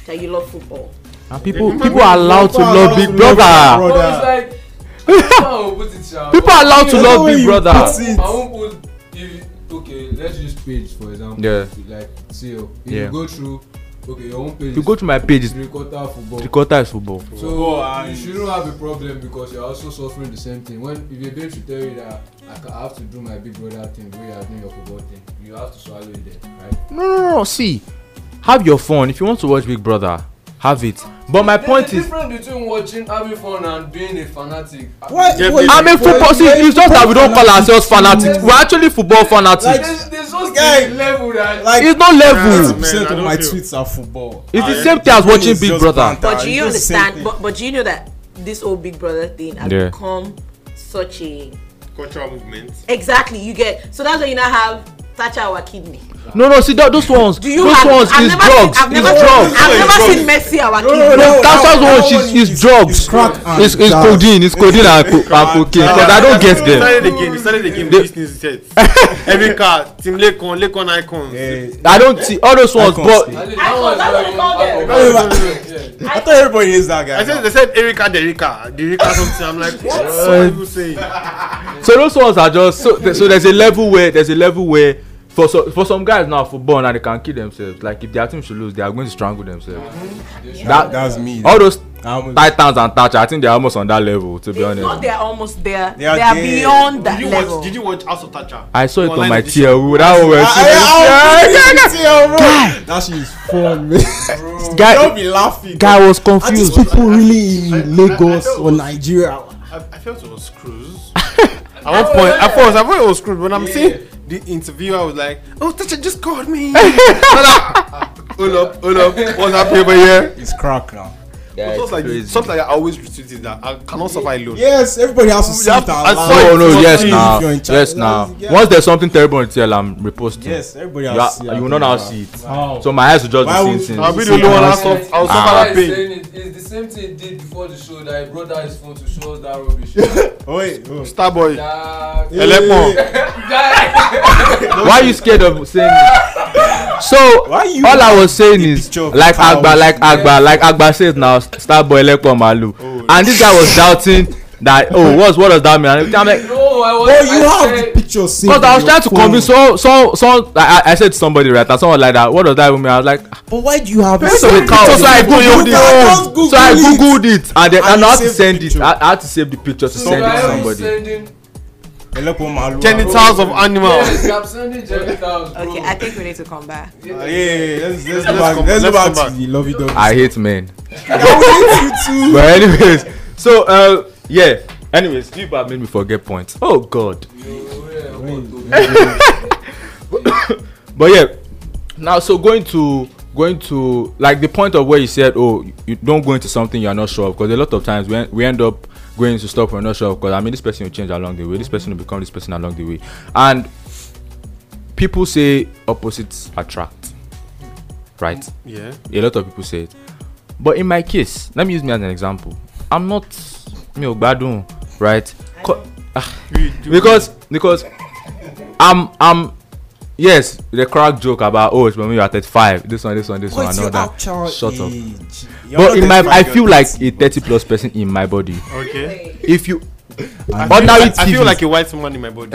S5: that you love football.
S2: And people people are allowed to love Big Brother.
S4: But
S6: Brother.
S4: it's like, I won't put it down.
S2: People are allowed to
S6: You know
S2: love
S6: when
S2: Big
S6: you
S2: Brother.
S6: put it-
S4: I won't put if okay, let's use page for example.
S2: Yeah.
S4: Like CEO. If
S2: Yeah.
S4: you go through okay, your own page
S2: If you go to my page, it's
S4: is three quarter football.
S2: three quarter is football.
S4: so
S6: and-
S4: you shouldn't have a problem because you're also suffering the same thing. When if your babe should tell you that I, ca- I have to do my big brother thing, where you are doing your football thing, you have to swallow it then, right?
S2: No, no, no, no. See, have your phone. If you want to watch Big Brother, have it. But my point
S4: There's
S2: is,
S4: a difference between watching having fun and being a fanatic.
S6: Why-
S3: Yeah,
S6: why-
S3: but-
S2: I mean, football. See, it's just that we don't call ourselves fanatics. We're actually football fanatics.
S4: There's, there's just
S6: Guy,
S4: a level that
S6: Like,
S2: It's not
S3: Yeah,
S2: level.
S3: man,
S6: 90%
S3: I
S6: of
S3: don't
S6: my
S3: feel-
S6: tweets are football.
S2: It's
S3: Ah,
S2: the same thing as watching
S6: It's
S2: Big
S6: just
S2: Brother.
S6: banter.
S5: But do
S6: It's
S5: you
S6: just the same
S5: understand?
S6: thing.
S5: But but do you know that this whole Big Brother thing has
S2: Yeah.
S5: become such a
S3: cultural movement
S5: exactly you get so that's why you now have Thatcher our kidney.
S2: No, no, see tho- those ones.
S5: Do you
S2: those
S5: have?
S2: ones
S5: I've
S2: is
S5: never
S2: drugs.
S5: Seen, I've never,
S2: It's drugs.
S5: I've never seen Messi our kidney.
S2: No, Tasha's
S4: that
S2: one
S4: one
S2: is,
S4: is-
S2: is drugs.
S4: is crack and
S2: It's, it's
S4: jazz.
S2: codeine. It's codeine and, co- and cocaine. Because I don't get
S3: We
S2: them.
S3: started the game. We started the game.
S2: They-
S3: with These things set. Every car, Team Lekon, Lekon Icons.
S6: Eh,
S2: I don't see all those ones. But
S4: Ali,
S5: I
S4: that one is
S5: thought-
S4: like
S5: that's what they
S4: alcohol.
S6: call them.
S4: Yeah.
S6: I thought everybody is that guy.
S3: I said they said Erica Derica, Derica something. I'm like, what are you saying?
S2: so those ones are just so. th- So there's a level where there's a level where for so, for some guys now football now they can kill themselves. Like if their team should lose, they are going to strangle themselves. That, Oh,
S6: That's me.
S2: all those
S6: I'm-
S2: titans and thatcher, I think they're almost on that level. To be
S5: It's not
S2: honest,
S5: they're almost there. They
S6: They are
S5: are,
S6: there.
S5: beyond that
S3: Did you
S5: level.
S3: watch? Did you watch House of Thatcher?
S2: I saw it on
S3: Online
S2: my
S3: edition.
S2: tier. Woo, That one was.
S6: That shit is fun, man. Don't
S2: guy,
S6: be laughing.
S2: guy was
S6: Are these
S2: confused.
S6: people really in Lagos
S3: I- I- I-
S6: or Nigeria?
S3: I, I felt it was Cruz. At one point, at first, I thought it was Cruz, but I'm seeing the interviewer was like, "Oh, Thatcher just called me." Hold up, hold up, what's happening over here?
S6: It's crack now.
S3: Stuff like,
S2: crazy.
S3: stuff like I always retweeted that I cannot survive alone.
S6: Yes, everybody has to see
S3: have
S6: it
S3: to-
S6: and
S3: I
S6: laugh.
S3: saw
S2: Oh
S3: it.
S2: no!
S3: It's
S2: Yes
S6: not
S2: now,
S6: if you're in China.
S2: yes now.
S6: Yeah.
S2: Once there's something terrible on TL, I'm reposting.
S6: Yes, everybody
S2: you, are,
S6: has to see
S2: you
S6: it.
S2: will not now see it.
S4: Wow.
S2: So my eyes will just
S6: Why
S2: be seeing
S6: would-
S2: things.
S3: I'll be
S6: So
S3: the only one. I'll
S6: that's
S3: suffer.
S4: it.
S3: I'll suffer
S2: Ah.
S3: that
S4: Guy is
S3: pain.
S4: saying it- It's the same thing he did before the show that he brought out his phone to show us that rubbish. Ah,
S6: Oh, wait. oh.
S3: Starboy,
S4: That-
S3: Elepon.
S4: Guy.
S2: Why are you scared of saying it? So
S6: Why you
S2: all I was saying
S6: the
S2: is
S6: picture of
S2: like
S6: cows?
S2: Agba, like Agba, like Agba says now, Starboy Electro Malu,
S6: Oh,
S2: and this guy was doubting that. Oh, what's what does that mean? And I'm like,
S4: No, I was.
S6: Bro, you
S4: I
S6: have the
S4: said-
S6: picture saved.
S2: because I was
S6: on your
S2: trying to
S6: phone.
S2: convince so so so. I, I- I said to somebody right, and someone like that. What does that even mean? I was like, "Ah,
S6: But why do you have it?
S2: so,
S6: saved?
S2: so, so I googled
S6: You can't
S2: it.
S6: Google
S2: So I
S6: it.
S2: googled it, and then
S6: And
S2: and I
S6: you
S2: had to
S6: saved
S2: send
S6: the
S2: it.
S6: picture.
S2: I, I had to save the picture to
S6: So
S2: send it
S4: Guy
S2: to
S4: was
S2: somebody.
S4: sending-
S6: Elepo Malu.
S3: Genitals of animals.
S4: Yes, I'm sending genitals, bro. Oh,
S5: Okay, I think we need to come back.
S6: Yeah, yeah, yeah. Let's, let's, go
S3: Let's
S6: back.
S3: come-
S6: let's go
S3: let's come
S6: back to
S3: back.
S6: the lovey dovey.
S2: I hate men.
S6: I
S2: but anyways, so uh, yeah. Anyways, you have made me forget points. Oh God. But yeah, now so going to going to like the point of where you said, oh, you- you don't go into something you are not sure of, because a lot of times we en- we end up going into stuff we're not sure of. Because I mean, this person will change along the way. This person will become this person along the way, and people say opposites attract, right?
S3: Yeah.
S2: a lot of people say it but in my case let me use me as an example i'm not mi ò gbádùn right Co- ah,
S3: We do-
S2: because because i'm i'm yes the crack joke about oh it's when you are thirty-five this one this one this one
S6: What's
S2: and
S6: your
S2: all that
S6: actual
S2: shut up
S6: age? You're
S2: but
S6: not
S2: in my i
S6: 35,
S2: feel
S6: you're
S2: like
S6: 30.
S2: a thirty plus person in my body
S3: Okay.
S2: if you
S6: I
S3: I feel
S2: ordinary
S3: like- I feel
S2: TVs
S3: like a white woman in my body.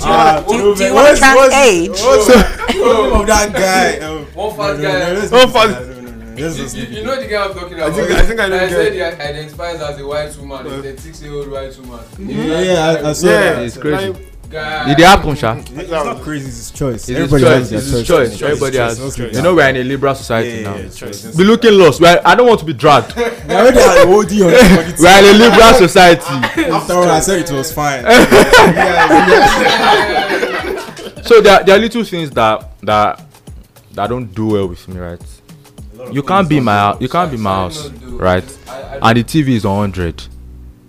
S6: Ah,
S5: do you-
S6: true,
S5: do
S6: man.
S5: you want
S6: What's-
S5: trans
S6: what's-
S5: age?
S6: What's the name of that guy? Oh,
S4: One fat
S6: no, no,
S4: guy.
S6: no, let's
S3: One
S6: leave
S3: fat-
S6: it. No, no, no, let's
S4: You,
S6: just
S4: you-
S6: leave
S4: you
S6: it.
S4: know the guy I'm talking about.
S3: think- I think I know
S4: That
S3: the
S4: said he
S3: guy.
S4: identifies as a white woman, a 36 year old white woman.
S6: Yeah, yeah, I, I saw
S3: Yeah,
S6: that.
S2: It's crazy.
S3: Like,
S4: Guy.
S2: e dey happen sha
S6: It's not crazy, it's choice.
S2: it's his choice it's his choice everybody
S6: Let's
S2: has
S6: leave
S2: you
S6: it.
S2: know we are in a liberal society
S6: Yeah,
S2: now
S6: yeah, yeah, choice.
S2: be looking lost we are i don't want to be dragged
S6: We already had OD on
S2: we are in a liberal society
S6: After all, I said it was fine.
S2: so there, are- there are little things that that that don't do well with me right you can't be my hou- you can't be my house right and the tv is on hundred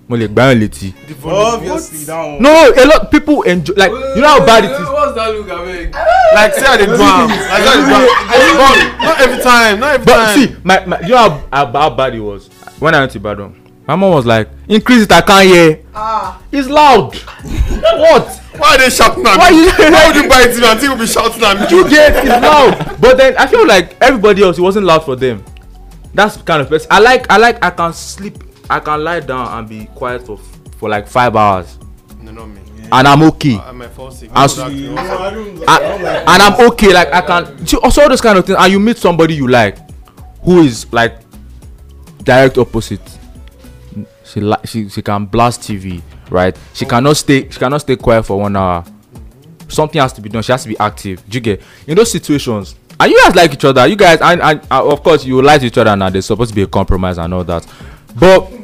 S2: mo le gba yan létí
S6: Obviously, that one.
S2: no a lot people enjoy like you know how bad it is
S4: What's that look? I mean,
S3: like say I did do am. Like say I did do am. But Not every time. Not every
S2: but
S3: time.
S2: see my my you know how, how how bad it was when i went to ibadan my mom was like increase it i can't hear it's loud what
S3: Why are they shouting at me?
S2: Why you-
S3: Why would you buy it and people be shouting at me?
S2: you get it's loud but then i feel like everybody else it wasn't loud for them that's the kind of person i like i like i can sleep i can lie down and be quiet for for like five hours
S3: No, no, me.
S2: and i'm okay
S3: I might fall sick.
S2: As-
S3: Don't do
S6: You know, I
S3: that.
S6: don't-
S2: I,
S6: I don't like
S2: and i'm okay like i can see, also all those kind of things and you meet somebody you like who is like direct opposite she like she, she can blast tv right she cannot stay she cannot stay quiet for one hour something has to be done she has to be active do you get in those situations and you guys like each other you guys and, and, and of course you like each other now there's supposed to be a compromise and all that but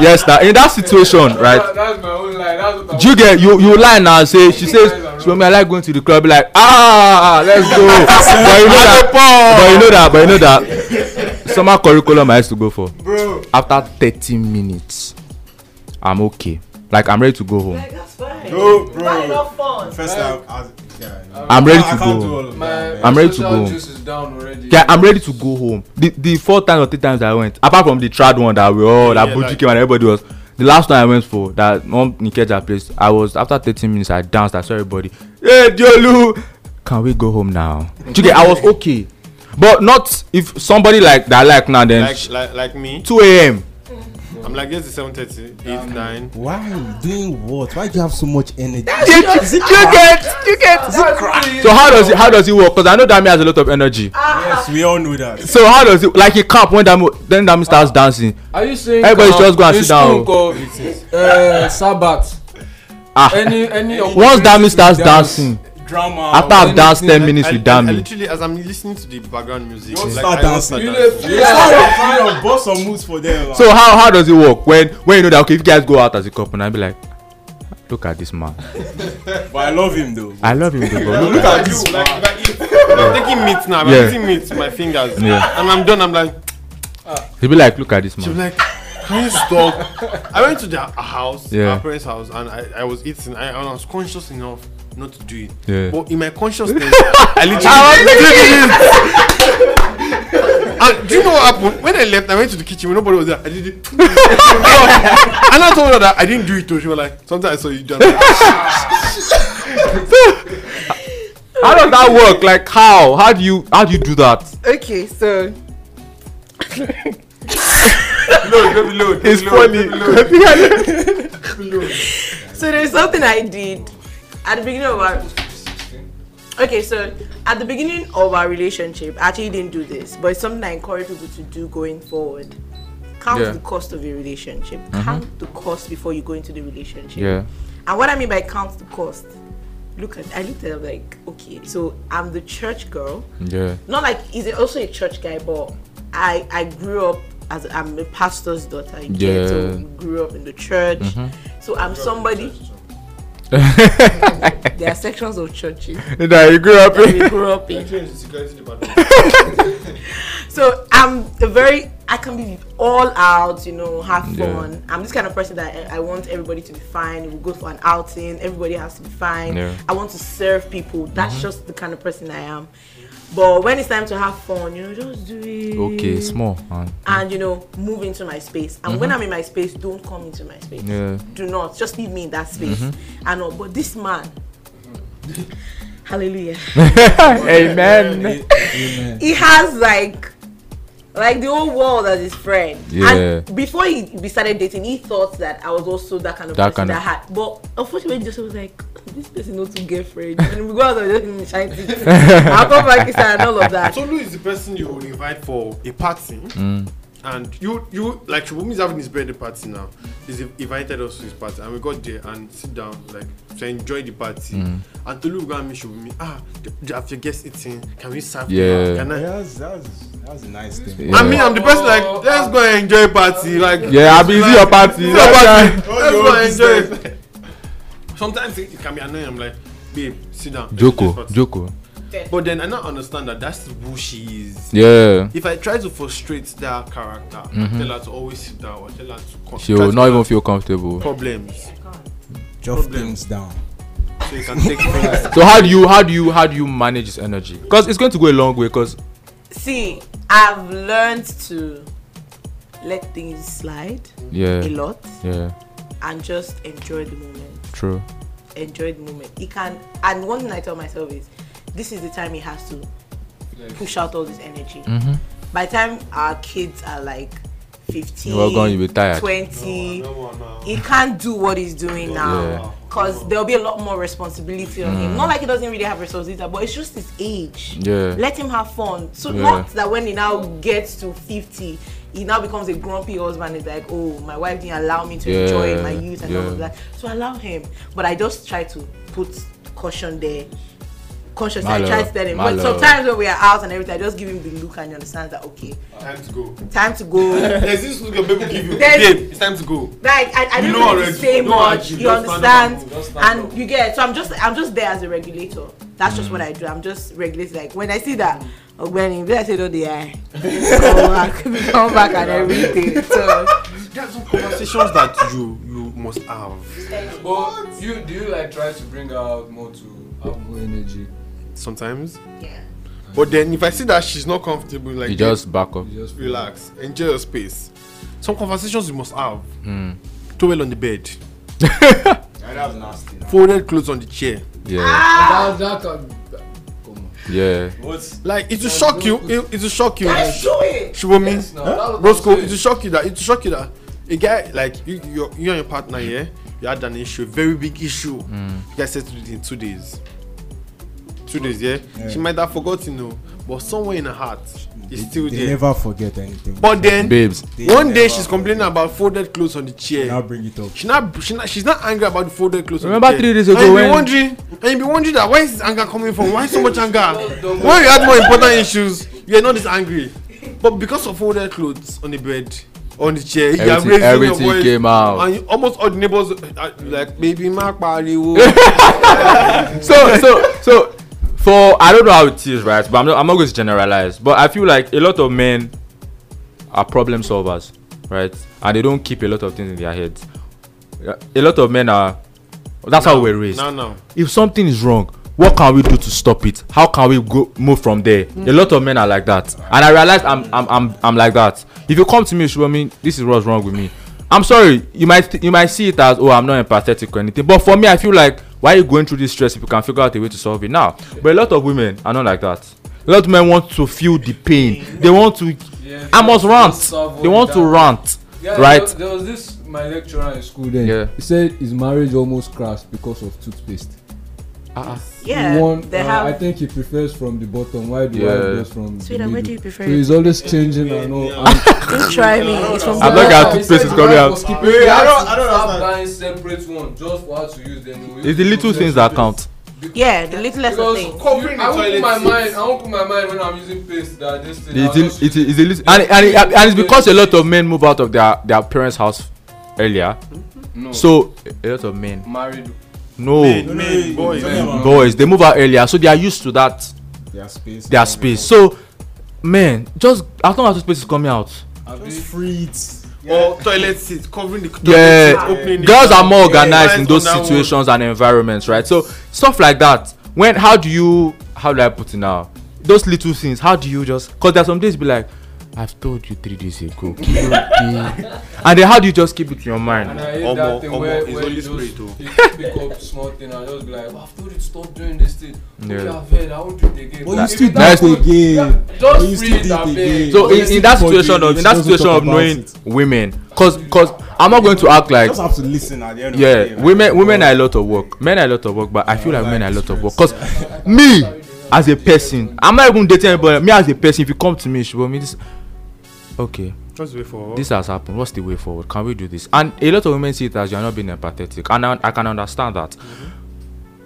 S2: yes now in that situation right
S4: that- that's my own lie. That's what I
S2: do you get you you lie now say she says she mami i like going to the club be like ah let's go but you know that but you know that but you know that summer curriculum i used to go for
S6: Bro.
S2: after thirty minutes i'm okay Like I'm ready to go home.
S5: Like, that's fine.
S6: No, bro.
S5: Why not fun?
S6: First time, I was, yeah,
S2: I'm ready to
S6: I can't do
S2: go.
S6: all of
S4: My
S6: that.
S2: I'm
S6: man.
S2: ready to
S4: social
S2: go.
S4: juice is down already.
S2: Yeah, I'm ready to go home. The the four times or three times I went, apart from the third one that we all that
S3: Yeah,
S2: Buju
S3: like-
S2: came and everybody was. The last time I went for that mom Nikeja place, I was after 13 minutes I danced. I saw everybody. Hey Diolu, can we go home now? Chike, I was okay, but not if somebody like that I like now then
S3: Like, like, like me,
S2: 2 a.m.
S3: I'm like, yes, it's 7:30, 8, 9.
S7: Why? Doing what? Why do you have so much energy?
S2: you, you get, you get. So how does it how does it work? Because I know Dami has a lot of energy.
S6: Yes, we all know that.
S2: So how does it like he cap when Dami when Dami starts dancing?
S4: Are you saying
S2: Everybody
S4: um,
S2: just go and
S4: this
S2: sit down.
S4: thing called, uh, Sabbath.
S2: Ah.
S4: Any any
S2: Once
S4: opportunity
S2: Dami
S4: to
S2: starts
S4: dance,
S2: dancing,
S6: Drama.
S2: after I've danced 10
S4: I-
S2: minutes
S3: I,
S2: with
S3: I, I
S2: Dami.
S3: literally, as I'm listening to the background music,
S6: Don't
S3: like,
S6: start
S3: I don't
S6: dancing.
S4: You
S3: start
S4: dey
S3: dancing.
S4: feel
S6: kind of bust some moves for them.
S2: So how how does it work when when you know that okay if you guys go out as a couple and I be like look at this man
S6: but I love him though.
S2: I love him though, but
S3: Look,
S2: look
S3: look at you. Like, if I eat, if I'm taking meat now. if
S2: Yeah.
S3: I'm eating meat with my fingers.
S2: Yeah.
S3: And I'm done. I'm like,
S2: he be like look at this
S3: she was
S2: man
S3: like, can you stop? I went to their house,
S2: Yeah.
S3: our parents' house, and I, I was eating. I, I was conscious enough not to do it.
S2: Yeah.
S3: But in my consciousness, I literally.
S2: I
S3: and do you know what happened? When I left, I went to the kitchen. When nobody was there, I did it. and I told her that I didn't do it. Though. She was like, sometimes I saw you do it.
S2: was- how does that work like how how do you how do you do that
S5: Okay, so
S2: it's funny
S5: so there's something I did at the beginning of our. Okay, so at the beginning of our relationship, I actually didn't do this, but it's something I encourage people to do going forward. Count
S2: Yeah. Mm-hmm.
S5: the cost of your relationship. Count the cost before you go into the relationship.
S2: yeah
S5: And what I mean by count the cost, look at I looked at it like, okay, so I'm the church girl.
S2: yeah
S5: Not like he's also a church guy, but I I grew up as I'm a pastor's daughter. You get, So
S2: Yeah.
S5: we grew up in the church. So I'm somebody. there are sections of churches
S2: that you grew up
S5: that we
S2: in
S5: grew up in. So I'm a very I can be all out, you know, have
S2: Yeah.
S5: fun. I'm this kind of person that I, I want everybody to be fine. We go for an outing, everybody has to be fine.
S2: Yeah. Mm-hmm.
S5: I want to serve people. That's just the kind of person I am. But when it's time to have fun, you know, just do it.
S2: okay small man.
S5: And you know, move into my space. And when I'm in my space, don't come into my space.
S2: yeah Mm-hmm.
S5: Do not just leave me in that space. I know. But this man, hallelujah.
S2: amen
S5: he has like like the whole world as his friend
S2: Yeah.
S5: and before he we started dating he thought that i was also that kind of
S2: That
S5: person
S2: kind of-
S5: that had but unfortunately joseph was like this person no too get friend and we go out and just him shine teeth i'll come back inside and all of that
S3: Tolu is the person you would invite for a party.
S2: Mm.
S3: And you, you like Shubumi is having his birthday party now. He's invited us to his party, and we got there and sit down, like to enjoy the party.
S2: Mm.
S3: And Tolu will go and meet Shubumi. Ah, d- d- have your guests eating? Can we serve? you?
S2: Yeah.
S3: Can I?
S6: That's that's that's a nice thing.
S2: Yeah.
S3: I mean, I'm the person like, let's go and enjoy party. Like,
S2: yeah I be
S3: like,
S2: easy your party
S3: it's your party.
S2: That's
S6: Oh, no,
S3: Let's go and
S6: this
S3: enjoy. Sometimes it it can be annoying. I'm like, babe, sit
S2: why.
S3: down. let's enjoy
S2: Joko
S3: party."
S2: Joko
S3: But then I now understand that that's who she is.
S2: yeah
S3: if I try to frustrate that character, tell her to always sit down or tell her to
S2: Mm-hmm.
S3: con-
S2: she
S3: try
S2: will
S3: to
S2: not
S3: have
S2: even feel comfortable
S3: problems.
S7: Drop things down.
S3: So you can take things.
S2: so how do you how do you how do you manage his energy because it's going to go a long way because
S5: see i've learned to let things slide
S2: yeah
S5: a lot
S2: yeah
S5: and just enjoy the moment
S2: true
S5: enjoy the moment. He can, and one thing I tell myself is, this is the time he has to push out all this energy.
S2: Mm-hmm.
S5: By the time our kids are like 15,
S2: You are gone, you'll be tired.
S5: 20, he can't do what he's doing
S2: Yeah. Mm.
S5: now because there'll be a lot more responsibility on him. Not like he doesn't really have responsibility, but it's just his age.
S2: Yeah.
S5: Let him have fun. So
S2: Yeah.
S5: not that when he now gets to 50, he now becomes a grumpy husband. It's like, oh, my wife didn't allow me to enjoy my
S2: Yeah.
S5: youth and all of
S2: Yeah.
S5: that. So allow him. But I just try to put caution there. Conscious, I
S2: Malo,
S5: try to tell him. But
S2: malo.
S5: sometimes when we are out and everything, I just give him the look and he understands that okay,
S3: time to go.
S5: time to go.
S3: There's this look your baby give you.
S5: There's-
S3: Babe, it's time to go.
S5: like I, I
S3: You
S5: don't
S3: know
S5: really
S3: already,
S5: say
S3: you know
S5: much.
S3: already,
S5: You,
S3: just stand up
S5: understand,
S3: and
S5: and you get. So I'm just I'm just there as a regulator. That's just
S3: Mm.
S5: what I do. I'm just regulating. Like when I see that. When I say don't they I come back, we come back and everything. So
S3: There are some conversations that you you must have
S4: But you do you like try to bring her out more to have more energy?
S3: sometimes.
S5: Yeah.
S3: But then if I see that she's not comfortable, like
S2: You just back up.
S4: You just feel
S3: relax, enjoy your space. Some conversations you must have.
S2: Hmm.
S3: Towel on the bed,
S7: That's nasty.
S3: folded clothes on the chair.
S2: Yeah,
S4: that that can come on.
S2: yeah.
S7: What's
S3: Like it will shock you. It, it will shock you.
S5: Let's do it.
S3: Shibomi,
S4: Yes, now, that was
S3: Roscoe,
S4: what I'm
S3: it will
S4: saying.
S3: shock you that it will shock you that a guy like you, you, you and your partner here, you had an issue, very big issue. You guys settled it in two days. Two days, yeah. She might have forgotten, no, but somewhere in her heart, it's still
S7: they
S3: there.
S7: never forget anything.
S3: But then,
S2: Babes,
S7: They
S3: one day
S7: never
S3: she's complaining about folded clothes on the chair.
S7: now bring it up.
S3: She not, she not, she's not angry about the folded clothes. on the
S2: Remember
S3: chair.
S2: three days ago
S3: and you
S2: when-
S3: be wondering, and you be wondering that where is this anger coming from? Why so much anger? when you had more important issues, you are not this angry. But because of folded clothes on the bed, on the chair, you are
S2: Everything-
S3: raising
S2: everything
S3: your voice,
S2: came out.
S3: and you, almost all the neighbors are like, "Baby, ma pariwo."
S2: so so so for i don't know how it is right but i'm not, I'm not going to generalize but i feel like a lot of men are problem solvers right and they don't keep a lot of things in their heads Yeah, a lot of men are that's how we're raised
S3: no, no.
S2: if something is wrong what can we do to stop it how can we go move from there a lot of men are like that and i realize i'm i'm i'm, I'm like that if you come to me you mean this is what's wrong with me i'm sorry you might you might see it as oh i'm not empathetic or anything but for me i feel like why are you going through this stress if you can figure out a way to solve it now but a lot of women are not like that a lot of men want to feel the pain they want to
S4: Yeah,
S2: i must
S4: they
S2: rant
S4: solve
S2: they
S4: all
S2: want to
S4: that.
S2: rant
S4: Yeah,
S2: right
S4: There, there was this my lecturer in school then.
S2: Yeah.
S4: He said his marriage almost crashed because of toothpaste.
S5: Yeah.
S4: One,
S5: they
S4: uh,
S5: have.
S4: I think he prefers from the bottom. Why do
S2: Yeah.
S4: I does from the
S5: Sweetheart, where
S4: middle?
S5: do you prefer
S4: So
S5: it?
S4: he's always changing and all. And
S5: Don't try me. It's from
S2: I'm not gonna toothpaste is coming out.
S6: Wait, I don't- I don't understand.
S4: separate one just for her to use them.
S2: it's the little things that count
S5: Yeah, the little lesser
S4: Because
S5: thing.
S4: you-
S6: Covering
S4: I
S6: the
S4: won't put
S6: toilet
S4: my
S6: seat.
S4: mind. I won't put my mind when I'm using paste that this thing. I'll
S2: It's
S4: just
S2: a, it's
S4: use
S2: a, it's a little, and, and, it- and, it's because a lot of men move out of their, their parents' house earlier.
S4: No.
S2: So a lot of men,
S4: married.
S2: no
S3: Men, men, boys.
S2: boys, they move out earlier, so they are used to that
S7: Their space.
S2: their space. So men, just as long as the space is coming out,
S7: Just free it.
S3: Or toilet seat, covering the toilet
S2: yeah,
S3: seat, opening
S2: girls
S3: it.
S2: are more
S3: Yeah,
S2: organized
S3: guys
S2: in those
S3: on that one.
S2: situations and environments, right? So stuff like that. When how do you how do I put it now? Those little things. How do you just? Cause there's some days be like, I've told you three days ago, keep it there." and then how do you just keep it in your mind?
S4: And I hate
S3: Omo,
S4: that thing
S3: omo,
S4: where,
S3: it's
S4: where
S3: Holy
S4: you just
S3: Spirit, oh.
S4: pick, pick up small thing and just be like, "Well, I've told you to stop doing this thing. Yeah.
S2: Yeah.
S4: Okay, I've heard. I won't do it again.
S7: But you
S4: If
S7: still do
S4: it
S7: it
S2: that's-
S7: again. But you still
S4: Just free
S7: did
S4: it and
S7: it
S4: pay.
S7: again.
S2: so in,
S7: Honestly,
S2: in that
S7: for
S2: situation
S7: you,
S2: of in
S7: she
S2: that
S7: doesn't
S2: situation
S7: talk
S2: of
S7: about
S2: knowing
S7: it.
S2: women cause cause i'm not going to act like
S7: just have to listen at the end of the day.
S2: yeah
S7: man.
S2: women women are a lot of work men are a lot of work but i feel like men are a lot of work cause me as a person i'm not even dating anybody me as a person if you come to me she me this okay
S3: Just wait for.
S2: this has happened what's the way forward can we do this and a lot of women see it as you're not being empathetic and i, I can understand that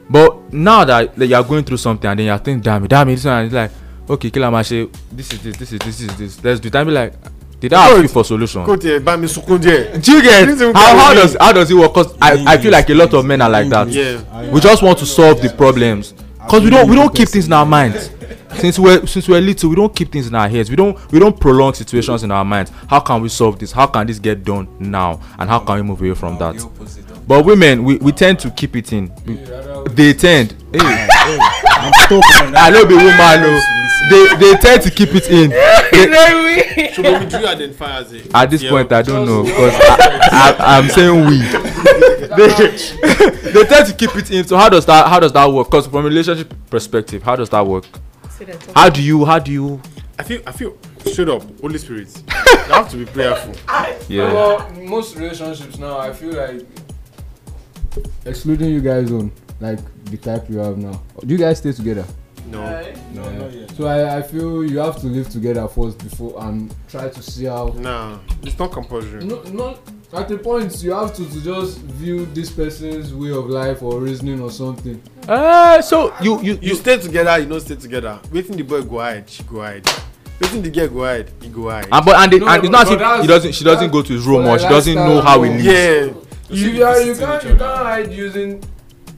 S2: but now that, that you're going through something and then you're thinking damn it damn it this one and it's like okay kilamashe this is this this is this is this let's do it and be like did i ask you for solution
S3: Go there, buy me sukun there.
S2: do you get
S3: Anything we
S2: how
S3: can
S2: how
S3: do.
S2: does how does it work because i i feel like a lot of men are like that
S3: Yeah.
S2: we just want to solve the problems because we don't we don't keep things in our minds since we're since we're little we don't keep things in our heads we don't we don't prolong situations in our minds how can we solve this how can this get done now and how can we move away from that
S4: The opposite of-
S2: but women we, we tend to keep it in We-
S4: Yeah, rather we-
S2: they tend hey
S7: I'm stuck on
S2: i
S7: that.
S2: no be woman o they they tend to keep it in They-
S3: So when we do identify as a
S2: at this
S3: Yeah.
S2: point i don't know because I, I i'm saying we they, they tend to keep it in so how does that how does that work because from a relationship perspective how does that work how do you how do you
S3: I feel, I feel straight up, Holy Spirit. you have to be prayerful.
S2: yeah
S4: Well, most relationships now, I feel like, excluding you guys on, like the type you have now. Do you guys stay together?
S3: No,
S7: No, no, yeah.
S4: So I, I feel you have to live together first before and try to see how.
S3: nah, it's not compulsory.
S4: No, not at a point you have to, to just view this person's way of life or reasoning or something.
S2: uh, so you you,
S3: You
S2: you
S3: stay together, you don't stay together. Waiting the boy go hide, she go hide. Waiting the girl go hide, he go hide.
S2: and ah, but and, they,
S4: No,
S2: and
S4: but-
S2: it's not as
S4: but
S2: if
S4: that's-
S2: he doesn't she doesn't
S4: that's-
S2: go to his room
S4: but
S2: or she
S4: like
S2: doesn't know
S4: lifestyle,
S2: how he
S4: no.
S2: lives
S3: yeah.
S4: You,
S3: see
S4: yeah,
S3: the
S4: you
S3: difference
S4: can't
S3: in
S4: you
S3: each
S4: can't
S3: other.
S4: hide using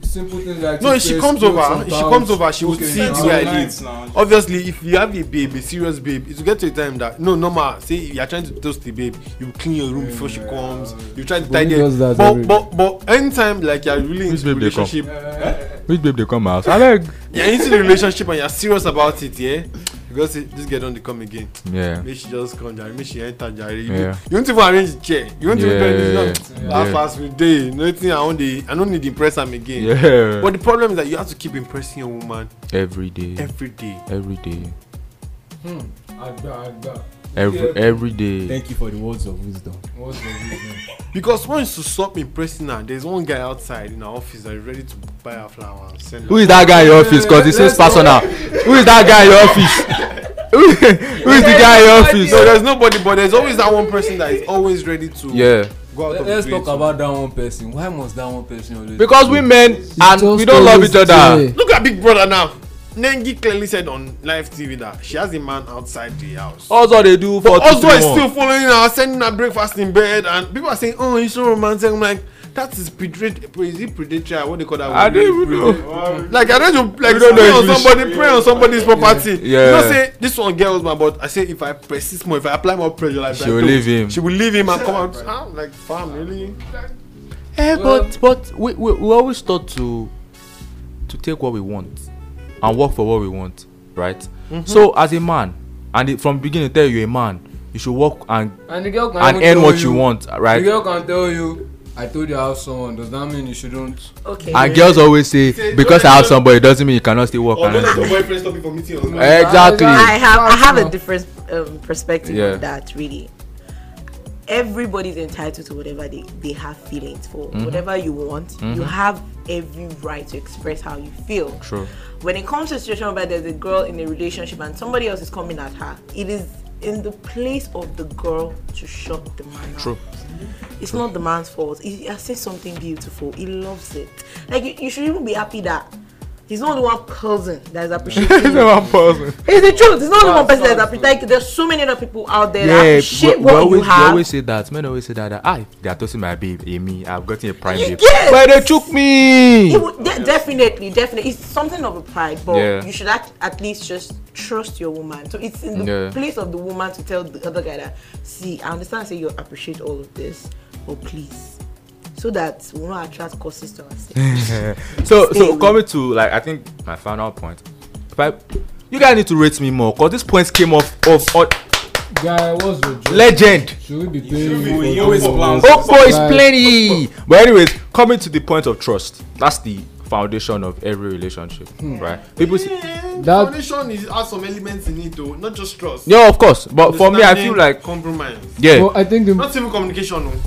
S4: simple things like
S3: No, if she
S4: toothpaste,
S3: comes
S4: clothes
S3: over,
S4: on
S3: if she
S4: couch,
S3: comes over, she would
S4: cooking
S3: see the
S4: house.
S3: way I
S7: Now,
S3: live.
S7: nights now.
S3: Obviously, if you have a babe, a serious babe, it will get to a time that no, normal. Say you are trying to toast the babe, you clean your room before she comes. You try to
S4: Bonnie
S3: tidy.
S4: does
S3: it.
S4: that
S3: But
S4: every
S3: but but anytime like you're really
S2: Which
S3: into the
S2: babe they come?
S3: relationship,
S2: Which babe they come out? Alec.
S3: you're into the relationship and you're serious about it, yeah. Because this girl don't dey come again.
S2: Yeah.
S3: Make she just come, jare. Make she enter, jare. You,
S2: Yeah.
S3: yeah. you want to even arrange the chair. You want to
S2: Yeah,
S3: even bend
S2: yeah,
S3: this down.
S2: yeah.
S3: How
S2: Yeah.
S3: fast we dey? Nothing. I want the. I don't need to impress am again.
S2: Yeah.
S3: But the problem is that you have to keep impressing your woman
S2: Every day.
S3: every day.
S2: Every day.
S4: Agba, agba.
S2: Every
S4: Yeah.
S2: every day.
S7: Thank you for the words of wisdom.
S4: What's the reason?
S3: Because once you stop impressing her, there's one guy outside in our office that is ready to buy her flower and send
S2: Who
S3: her.
S2: is that guy in your office? Cause it says personal. Who is that guy in your office? Who- Who is the guy in your office?
S3: No, there's nobody, but there's always that one person that is always ready to
S2: Yeah.
S3: go out
S4: Let,
S3: of
S4: let's
S3: the
S4: talk
S3: way to-
S4: about that one person. Why must that one person always?
S2: Because we men and
S4: just
S2: we don't love
S4: always
S2: each other.
S4: there.
S3: Look at Big Brother now. Nengi clearly said on live TV that she has a man outside the house.
S2: Also they do for two,
S3: Also,
S2: three
S3: is
S2: months.
S3: still following her, sending her breakfast in bed, and people are saying, "Oh, it's so romantic." I'm like, that is predatory. Is it predatory? What do they call that?
S2: I
S3: word?
S2: don't even know.
S3: like i don't even like
S2: We don't know
S3: pray on
S2: English.
S3: somebody pray on somebody's property
S2: Yeah.
S3: you know say this one get husband but i say if i persist more if i apply more pressure like
S2: She
S3: that,
S2: will
S3: no,
S2: leave him.
S3: she will leave him and come out ah like fam really
S2: Eh,
S4: Well-
S2: but but we, we we always thought to to take what we want and work for what we want, right? So as a man, and it, from beginning tell you a man, you should work and
S4: And the girl can
S2: and
S4: even
S2: earn
S4: tell
S2: what you want, right?
S4: The girl can tell you, I told you I have someone. Does that mean you shouldn't?
S5: Okay.
S2: and girls always say because I have somebody doesn't mean you cannot still work. And
S3: let your
S2: everything."
S3: boyfriend stop you from meeting your
S2: Eh.
S3: husband
S2: exactly.
S5: I have I have
S4: Personal.
S5: a different um, perspective
S2: Yeah.
S5: on that really. Everybody's entitled to whatever they, they have feelings for.
S2: Mm-hmm.
S5: Whatever you want, you have every right to express how you feel.
S2: True.
S5: When it comes to a situation where there's a girl in a relationship and somebody else is coming at her, it is in the place of the girl to shut the man up.
S2: True.
S5: It's not the man's fault. He has said something beautiful. He loves it. Like you, you should even be happy that he's not the one person that is appreciating you. It's the truth. It's not the one person that's happy. Like there's so many other people out there that
S2: Yeah, we,
S5: appreciate
S2: we
S5: what
S2: always,
S5: you have.
S2: we always say that. Men always say that. that ah, they are toasting my babe, Amy. I've gotten a prime
S5: You
S2: babe.
S5: get-
S2: But they took me.
S5: It would, de- definitely, definitely, it's something of a pride, but
S2: Yeah.
S5: you should at, at least just trust your woman. So it's in the
S2: Yeah.
S5: place of the woman to tell the other guy that, see, I understand, say you appreciate all of this, but please, so that we don't attract curses to ourselves.
S2: so
S5: Stay
S2: so
S5: with-
S2: coming to like I think my final point. If I, you guys need to rate me more because this points came off of, of
S4: Guy, what's your job?
S2: legend.
S4: should we be paying
S7: be.
S4: you?
S7: You
S4: for
S7: always
S4: doing
S7: plan
S4: all this?
S2: Oppo is
S4: Like,
S2: plenty. But anyways, coming to the point of trust. That's the foundation of every relationship,
S5: Hmm.
S2: right? People see.
S3: Yeah,
S4: That-
S3: foundation is has some elements in it though not just trust
S2: Yeah, of course. But for me, I feel
S3: Understanding,
S2: like
S3: compromise
S2: yeah.
S4: But I think the
S3: not even communication no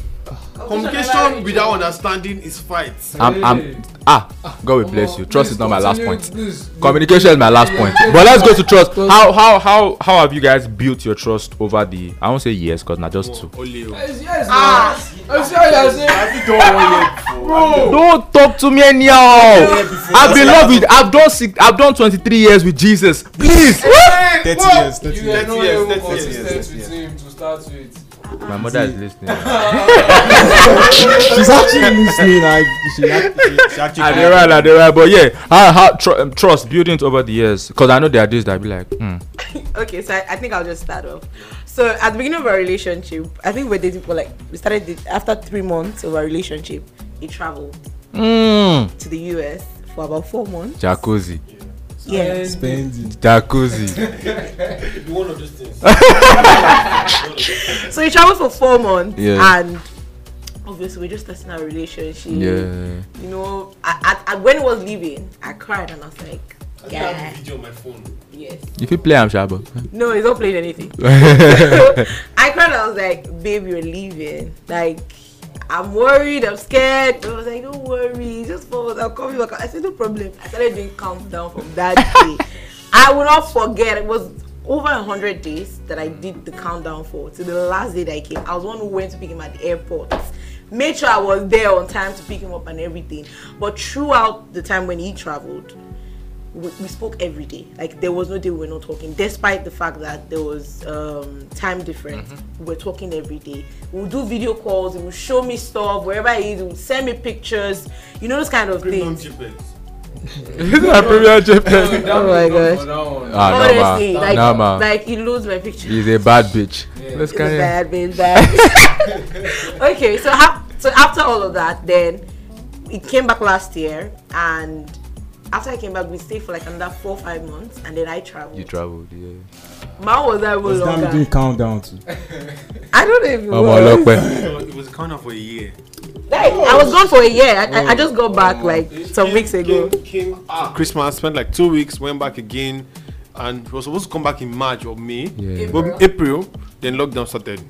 S3: communication without understanding is fight
S2: I'm, I'm ah God will
S4: Omo,
S2: bless you. Trust is
S4: please
S2: not my last
S4: continue,
S2: point.
S4: please.
S2: Communication is my last point. But let's go to trust. How how how how have you guys built your trust over the? I won't say years because not just two.
S3: only you
S4: Yes, yes, ah. I'm sure you're saying.
S7: I've done one year before.
S2: Don't talk to me anyhow. I've been love with. I've done six. I've done 23 years with Jesus. Please.
S7: Thirty years, thirty
S4: You are
S7: years.
S4: not
S3: years,
S4: able
S3: thirty years,
S4: consistent
S7: thirty
S4: with
S7: years.
S4: him to start with.
S2: My mother is listening.
S7: She's actually listening. Like she actually, she actually.
S2: I dey right, I dey right. But yeah, how how tr- um, trust building it over the years? Because I know there are days that I be like, hmm.
S5: okay, so I, I think I'll just start off. So at the beginning of our relationship, I think we're dating for like we started date- after three months of our relationship. He traveled
S2: Mm.
S5: to the US for about four months.
S2: Jacuzzi,
S5: Yeah.
S7: Spending.
S2: jacuzzi.
S3: one of those things
S5: So we traveled for four months,
S2: Yeah.
S5: and obviously we're just testing our relationship.
S2: Yeah.
S5: You know, I, I, I, when he was leaving, I cried and I was like,
S3: I think I have
S5: yeah,
S3: a video on my phone
S5: yes.
S2: If you play, I'm shabba.
S5: No, he's not playing anything. I cried. I was like, babe, you're leaving. Like, I'm worried. I'm scared. I was like, don't worry. Just forward. I'll call you back. I said, no problem. I started doing countdown from that day. I will not forget. It was over 100 days that I did the countdown for to the last day that I came. I was the one who went to pick him at the airport. Made sure I was there on time to pick him up and everything. But throughout the time when he traveled, we, we spoke every day. Like there was no day we were not talking, despite the fact that there was um, time difference.
S2: Mm-hmm.
S5: We were talking every day. We would do video calls. He would show me stuff wherever he is. He would send me pictures. You know those kind of
S3: Premium
S5: things.
S3: chippets.
S2: Is that premium JPEG?
S5: my gosh.
S2: Ah, no, ma.
S5: Honestly, like,
S2: No, ma.
S5: like he loads my pictures.
S2: He's a bad bitch. Let's
S5: It was
S2: carry on.
S5: bad, man, bad. okay, so ha- so after all of that, then it came back last year, and after I came back, we stayed for like another four five months, and then I traveled.
S2: You traveled, yeah.
S5: Man was there even
S7: What's that doing
S5: longer.
S7: countdown to?
S5: I don't know if it
S2: Ọmọ
S5: was.
S2: ọlọ́pẹ.
S3: So it was a counter for a year.
S5: Like, I was gone for a year. I, I, I just got
S7: Oh,
S5: back like some weeks ago.
S3: Came, came ah. Christmas, spent like two weeks, went back again, and we were supposed to come back in March or May.
S2: Yeah.
S3: But April, then lockdown started.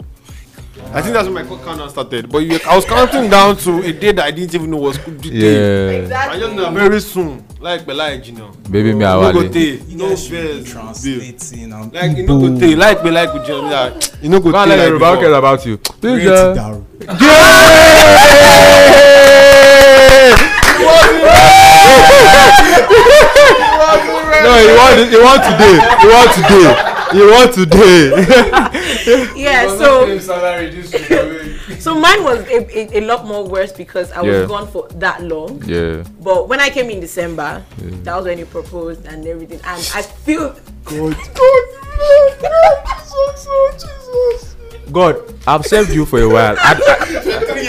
S3: I think that's when my co- countdown started. But you, I was counting down to a day that I didn't even know was the day.
S2: Yeah.
S3: I just know very soon, like like you know.
S2: Baby me
S3: No go
S2: awale.
S3: day, no vex, babe.
S7: Translating and
S3: Like you no go day, like be like you know, like you no go
S2: Man, let
S3: day.
S2: Yoruba
S3: Like
S2: cares
S3: before.
S2: about you. This
S7: Great
S2: girl.
S7: Daru.
S2: No, you want you want today. You want today. You want today.
S5: Yeah, so so mine was a, a, a lot more worse because I was
S2: Yeah.
S5: gone for that long.
S2: Yeah.
S5: But when I came in December, that was when you proposed and everything, and I feel
S2: God, I've served you for a while. I,
S7: Thirty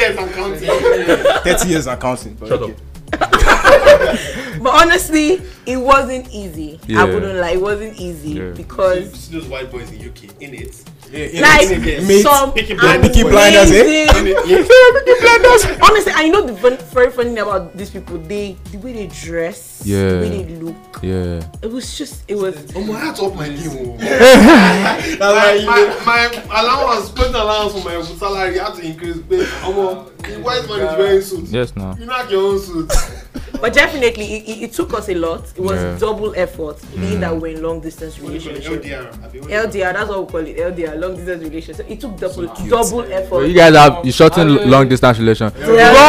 S7: years and counting. Shut up.
S5: But honestly, it wasn't easy.
S2: Yeah.
S5: I wouldn't lie, it wasn't easy
S2: Yeah.
S5: because
S3: See those white boys in UK in it.
S5: like
S7: Mate,
S5: some
S3: Peaky Blinders.
S7: Peaky Blinders, eh?
S5: amazing- Honestly, I know the fun, very funny thing about these people. They the way they dress,
S2: Yeah.
S5: the way they look.
S2: yeah.
S5: It was just it was
S3: Oh my, I had to up my oh. game. my, my, my allowance, spend allowance for my salary, I had to increase. Pay. Omo, the white man is wearing suit.
S2: Yes, now.
S3: You not your own suit.
S5: but definitely it, it, it took us a lot. It was
S2: Yeah. Mm.
S5: double effort being that we're in long distance relationship. LDR, that's what we call it. LDR, long distance relationship. So it took double double effort.
S2: But Oh, you guys have you shortened l- long distance relation.
S5: Oh, Yeah.
S2: God,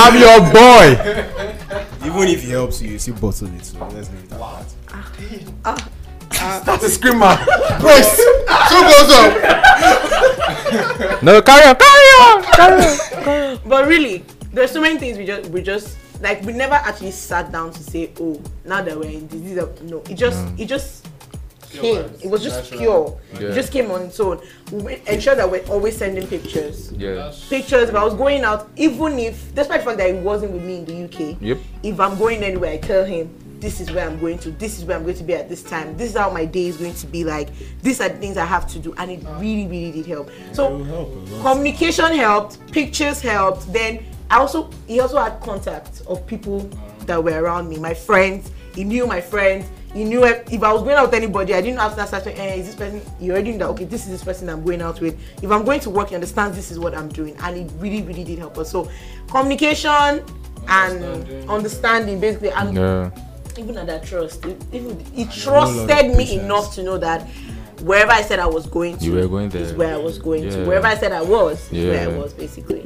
S2: I'm your boy.
S7: Even if it helps you, you still bottle it. So let's leave it at that.
S3: That's a screamer.
S2: No, carry on, carry on, carry on.
S5: But really, there's so many things we just we just like we never actually sat down to say, oh, now that we're in this, these are no. It just it just came. It was just pure.
S2: Yeah.
S5: It just came on its own. We ensure that we're always sending pictures.
S2: Yeah.
S5: Pictures. If I was going out, even if despite the fact that he wasn't with me in the UK,
S2: Yep.
S5: if I'm going anywhere, I tell him this is where I'm going to. This is where I'm going to be at this time. This is how my day is going to be like. These are the things I have to do, and it really, really did help. So communication helped, pictures helped. Then I also he also had contacts of people that were around me, my friends. He knew my friends. He knew if, if I was going out with anybody, I didn't have to start saying, eh, is this person? You already knew that okay, this is this person I'm going out with. If I'm going to work, he understands this is what I'm doing, and it really, really did help us. So communication and understanding basically and
S2: Yeah.
S5: even at that trust it, even he
S7: lot of
S5: trusted me
S7: patience.
S5: enough to know that wherever i said i was going to
S2: You were going
S5: is
S2: there.
S5: where i was going
S2: Yeah.
S5: to wherever i said i was is where i
S2: Yeah.
S5: was basically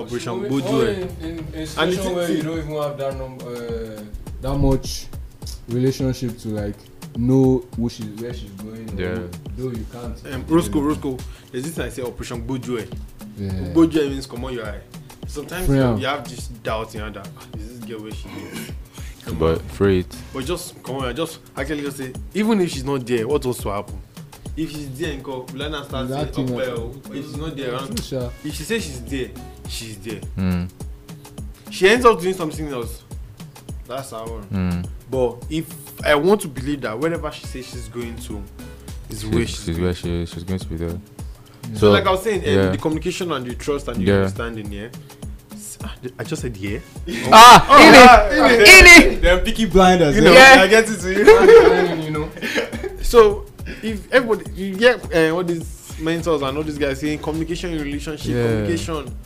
S3: Operation eh.
S4: Only- only
S3: Bojo.
S4: in, in, in
S3: And
S4: situation
S3: it's-
S4: where you don't even have that num- uh, that much relationship to like know who she, where she's going. or-
S2: Yeah.
S4: Though you can't.
S3: Um, Roscoe, Roscoe, there's this thing I say Operation eh? Bojo.
S4: Yeah.
S3: Bojo means come on your eye. Sometimes you,
S4: Freya.
S3: you have this doubt in your that "Ah, is this girl where she is. Come
S2: But
S3: on.
S2: free it.
S3: But just come on, just actually just say, even if she's not there, what else will happen? If she's there, and call, will I not start saying,
S4: That
S3: up
S4: thing was-
S3: well? But if she's not there, around,
S4: Sure.
S3: if she says she's there, she's there.
S2: Mm.
S3: She ends up doing something else. That's our one.
S2: Mm.
S3: But if I want to believe that wherever she says she's going to, is where
S2: She's,
S3: she's,
S2: she's
S3: going.
S2: where she is. She's going to be there.
S3: So, like I was saying, um,
S2: yeah.
S3: the communication and the trust and the
S2: Yeah.
S3: understanding, yeah. S- ah, I just said yeah.
S2: ah,
S3: in it.
S7: Them picky blinders.
S3: You
S7: eh?
S3: know.
S7: I get it to you.
S4: you know.
S3: So if everybody, you get uh, all these mentors and all these guys saying communication in relationship,
S2: Yeah.
S3: communication.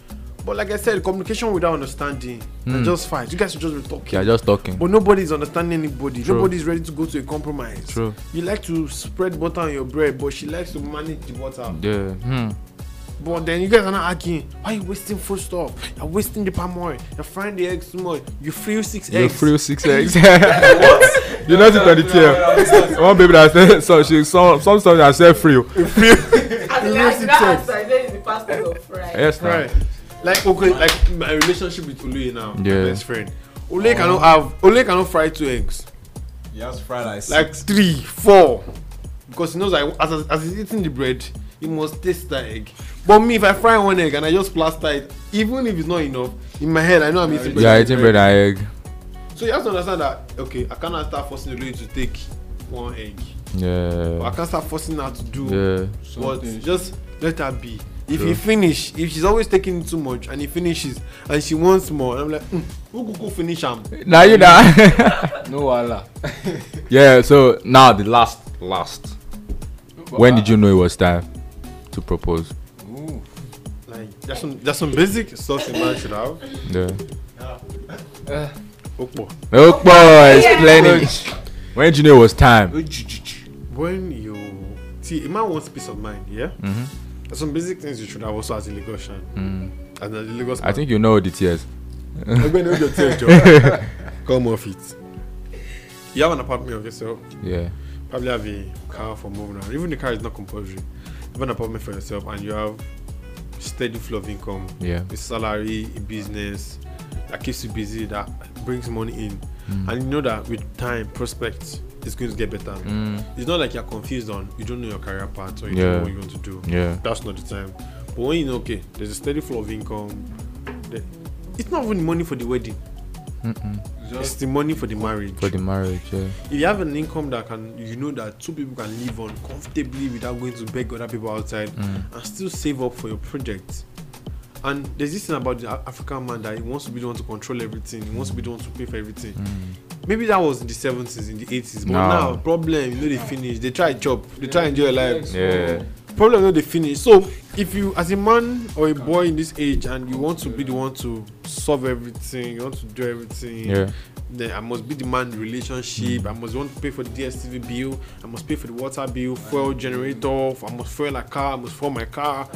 S3: But like I said, communication without understanding and just fight. You guys will just be talking.
S2: Hmm. Yeah, just talking.
S3: But nobody's understanding anybody.
S2: True.
S3: Nobody's ready to go to a compromise.
S2: True.
S3: You like to spread butter on your bread, but she likes to manage the butter.
S2: Yeah. Hmm.
S3: But then you guys are not arguing. Why are you wasting food stuff? You're wasting the palm oil. You're frying the eggs too much. You frill six
S2: You
S3: eggs.
S2: threw six eggs. what? You not it on the tail. One baby that said so she some some stuff that said free.
S5: I did not answer. I said it's the pastor of fries.
S2: Yes, now.
S3: Right. Like okay, like my relationship with Ule now, my
S2: Yeah.
S3: best friend. Ule cannot have Ule cannot fry two eggs.
S7: He has fried rice.
S3: Like three, four. Because he knows like as as he's eating the bread, he must taste that egg. But me, if I fry one egg and I just plaster it, even if it's not enough, in my head I know I'm eating bread.
S2: You are eating bread and egg.
S3: So you have to understand that okay, I cannot start forcing Ule to take one egg. But I
S2: Yeah.
S3: can't start forcing her to do
S2: Yeah.
S3: what
S4: Something.
S3: just let her be. If
S2: Yeah.
S3: he finish, if she's always taking too much and he finishes and she wants more, I'm like, mm, who could go finish am?
S2: Now you know.
S4: no wahala.
S2: yeah. So now the last last. When did you know it was time to propose?
S4: Ooh.
S3: Like there's some there's some basic stuff a man should have.
S2: Yeah.
S3: Okpo.
S2: Oh boy, it's plenty. When did you know it was time?
S3: When you see a man wants peace of mind, yeah.
S2: Mhm.
S3: There's some basic things you should have also as a Lagosian, as a Lagos.
S2: Mm. I think you know the tears.
S3: I'm going to your tear job. Come off it. You have an apartment of yourself.
S2: Yeah.
S3: probably have a car for moving around. Even the car is not compulsory. You have an apartment for yourself and you have steady flow of income,
S2: Yeah.
S3: a salary, a business that keeps you busy, that brings money in.
S2: Mm.
S3: And you know that with time, prospects, it's going to get better. It's not like you're confused on you don't know your career path or you don't
S2: Mm. Yeah.
S3: know what you want to do.
S2: Yeah.
S3: That's not the time. But when you know, okay, there's a steady flow of income. the- It's not even money for the wedding. It's the money for the marriage
S2: For the marriage. Yeah.
S3: if you have an income that can you know that two people can live on comfortably without going to beg other people outside and still save up for your project and there's this thing about the Af- african man that he wants to be the one to control everything he wants to be the one to pay for everything maybe that was in the 70s in the 80s but
S2: No.
S3: now problem you know they finish they try chop they try enjoy life
S2: Yeah.
S3: problem no dey finish so if you as a man or a boy in this age and you want to be the one to solve everything you want to do everything
S2: Yeah.
S3: then i must be the man in the relationship i must want to pay for the dstv bill i must pay for the water bill fuel generator i must fuel a car i must fuel my car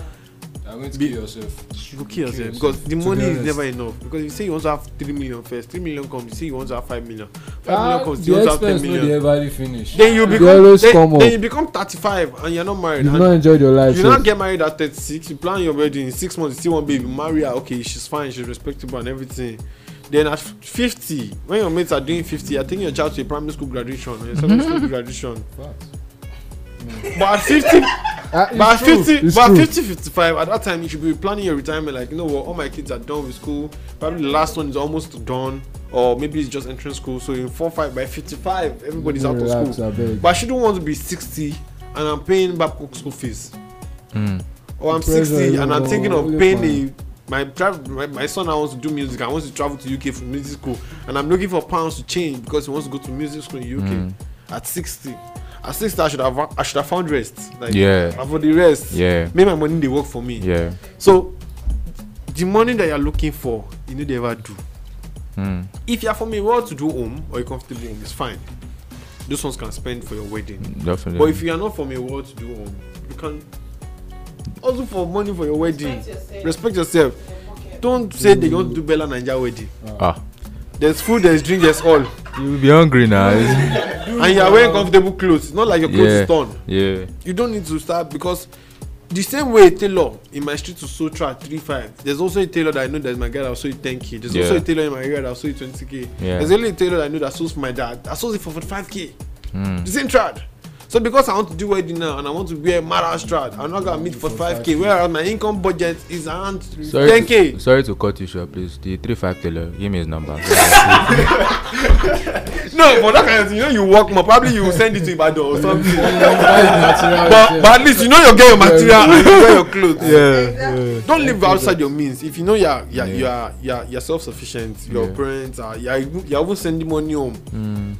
S4: I'm going to
S3: Be-
S4: kill yourself.
S3: you go kill yourself
S4: yourself.
S3: because the
S4: To be
S3: money is
S4: honest.
S3: never enough because you say you want to have three million first three million comes you say you want to have five million five million
S4: Ah,
S3: comes you want
S4: the
S3: to have ten
S4: expense no dey
S3: million
S4: everly finish.
S3: then you
S4: They
S3: become
S4: always
S3: then,
S4: come
S3: then
S4: up.
S3: you become thirty-five and you're not married
S4: You've
S3: and
S4: not enjoyed your life.
S3: you
S4: so-
S3: now get married at 36 you plan your wedding in six months you still want baby marry her okay she's fine she's respectable and everything then at 50 when your mates are doing 50 you're taking your child to a primary school graduation or your secondary school graduation
S4: Facts.
S3: but at 50
S4: Ah, it's
S3: but at
S4: true,
S3: 50
S4: it's
S3: but at
S4: true.
S3: 50 55 at that time you should be planning your retirement like you know what all my kids are done with school probably the last one is almost done or maybe it's just entering school so in 4 5 by 55 everybody's out of
S4: Relax,
S3: school
S4: abeg.
S3: but I shouldn't want to be 60 and I'm paying back school fees.
S2: Mm.
S3: Or I'm
S4: Pressure
S3: 60 and I'm
S4: is
S3: thinking of
S4: really
S3: paying a, my, travel, my my son now wants to do music. I wants to travel to UK for music school and I'm looking for pounds to change because he wants to go to music school in UK
S2: Hmm.
S3: at 60. At 60 I should have I should have found rest. Like
S2: Yeah.
S3: and for the rest.
S2: Yeah.
S3: Make my money they work for me.
S2: Yeah.
S3: So the money that you're looking for, you need to ever do.
S2: Mm.
S3: If you're from a well to do home or a comfortable home, it's fine. Those ones can spend for your wedding.
S2: Definitely.
S3: But if you are not from a world to do home, you can also for money for your wedding.
S5: Respect yourself.
S3: Respect yourself. Don't say they don't do Bella Ninja wedding.
S2: ah,
S3: There's food, there's drink, there's all.
S2: you will be hungry now. It's-
S3: And you are wearing comfortable clothes. It's not like your clothes
S2: yeah.
S3: is torn.
S2: Yeah.
S3: You don't need to start because the same way a tailor in my street to Sotra 35, there's also a tailor that I know that's my guy that will sew it 10k. There's also
S2: Yeah.
S3: a tailor in my area that will sew it 20k.
S2: Yeah.
S3: There's only a tailor that I know that sews for my dad. That sews it for 45k.
S2: Mm.
S3: the same trad so because i want to do wedding now and i want to wear mara trad i'm not gonna meet for 5k whereas my income budget is around
S2: Sorry
S3: 10k
S2: To, sorry to cut you short, please. The three five teller, give me his number.
S3: no but that kind of thing you know you work more probably you send it to ibadan or something but
S4: But
S3: but at least you know you get your material and you wear your cloth
S2: yeah.
S3: don live outside your means if you know you are you are you
S2: Yeah.
S3: are, you are, you are self-sufficient your
S2: Yeah.
S3: parents are you are, even- you are even sending money home
S2: Mm.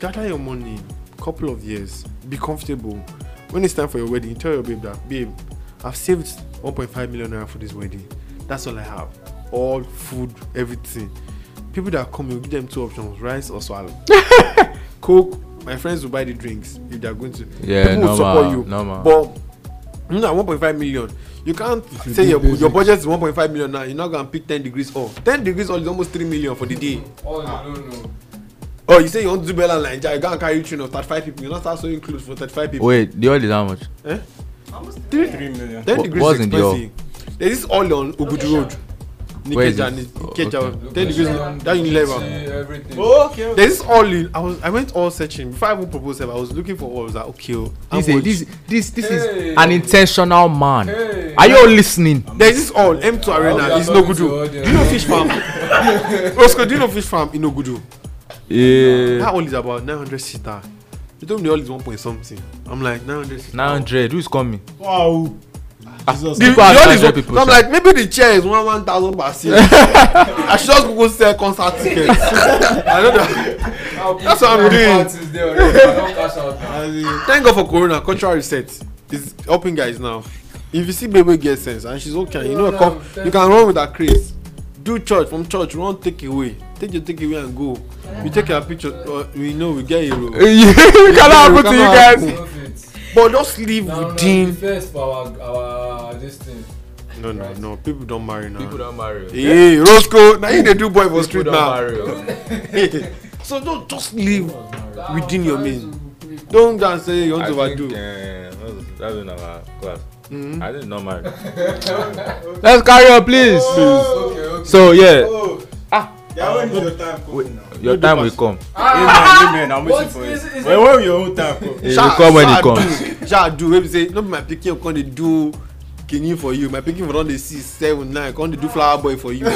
S3: gather your money couple of years be comfortable when it's time for your wedding tell your babe that babe i've saved 1.5 million naira for this wedding that's all i have all food everything people that come you give them two options rice or swallow coke my friends will buy the drinks if they're going to
S2: Yeah,
S3: people
S2: normal,
S3: will support you
S2: normal.
S3: but no one point five million you can't
S4: should
S3: say
S4: do
S3: your
S4: basic.
S3: your budget is one point five million now you no go and pick ten degrees off ten degrees off is almost three million for the day
S4: all you no know
S3: oh you say you wan do bella naija you go and carry train of thirty-five people you no start sewing clothes for thirty-five people
S2: Wait, the oil is how much?
S3: eh
S7: Three million.
S3: ten
S2: Wha-
S3: degrees
S2: what's
S3: is
S2: in the oil?
S3: expensive there is oil on obudu road
S2: Where is
S3: nikeja
S2: it?
S3: nikeja
S2: Oh, okay.
S3: ten degrees that Oh, unilever.
S4: everything
S7: Okay.
S3: there is all in i was i went all searching before i even propose sef i was looking for all i was like okay o how
S2: This, is-
S3: much
S2: this, this, this
S4: Hey.
S2: is an intentional man.
S4: Hey.
S2: Are you all listening?
S3: there is this all m2 arena
S4: are
S3: is
S4: talking to
S3: nogudu
S4: all the-
S3: do you know fish farm roscoe do you know fish farm in nogudu
S2: Yeah.
S3: that all is about nine hundred sita they told me the all is one point something i'm like nine hundred sita
S2: Nine hundred. Who's coming?
S7: Wow. Jesus.
S3: the the
S2: People are
S3: all is
S2: 900
S3: one
S2: people,
S3: so i'm
S2: sha.
S3: like maybe the chair is one one thousand per seat i should just go sell concert tickets i know that That's what I'm doing.
S4: doing
S3: thank god for corona cultural reset is helping guys now if you see baby get sense and she's okay you know
S4: Yeah,
S3: come
S4: thank
S3: you can run with her craze do church from church run take away take your take away and go we take our picture uh, we know we get
S2: Eh.
S3: hero
S2: it cannot happen to you
S3: Cannot
S2: guys.
S3: but just live
S4: now now the
S3: within
S4: first for our our this thing
S3: no no no people don marry now
S2: People don't marry.
S3: hey roscoe na you dey do boy for
S2: People
S3: street
S2: don't
S3: now
S2: marry, oh.
S3: so no just live within your means don go and say you want
S2: I
S3: to overdo
S2: think, uh, that's- that's in our class.
S3: Mhm.
S2: I didn't know marry. Let's carry on, please.
S4: okay okay
S2: So yeah,
S4: oh
S7: Yeah, when is your time coming now?
S2: your time will come.
S7: Amen, amen. I'm waiting
S4: what
S7: for
S4: is
S7: it.
S4: is
S7: When when will your own time come?
S2: It will come when it comes.
S3: do sha do wey be say no be my pikin come dey do kini for you my pikin for don dey six seven nine come dey do flower boy for you. i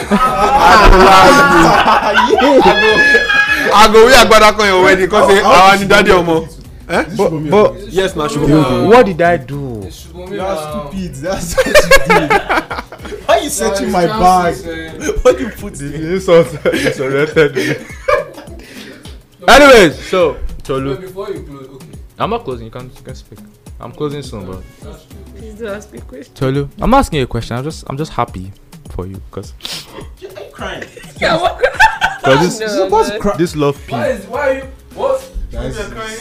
S3: go wear agbada come your wedding come say awa ni dadi omo. Eh?
S7: But, but
S2: But
S3: yes na sugar
S4: Okay.
S3: baby.
S2: what did I do?
S4: it's Shubumi
S7: you
S4: now.
S7: are stupid. That's what you did. Why you
S4: Now
S7: searching
S4: his
S7: my
S4: chances,
S7: bag?
S4: eh,
S7: What you put in?
S2: Anyways, so
S4: but
S2: Cholu,
S4: before you close okay
S2: I'm not closing. You can you can speak. I'm closing soon, but
S4: just do it.
S5: Please do ask me question.
S2: Cholu, I'm asking you a question. I'm just I'm just happy for you because
S7: Are you crying?
S2: because this
S5: No, no.
S2: this love
S4: why
S2: pin
S4: is why you what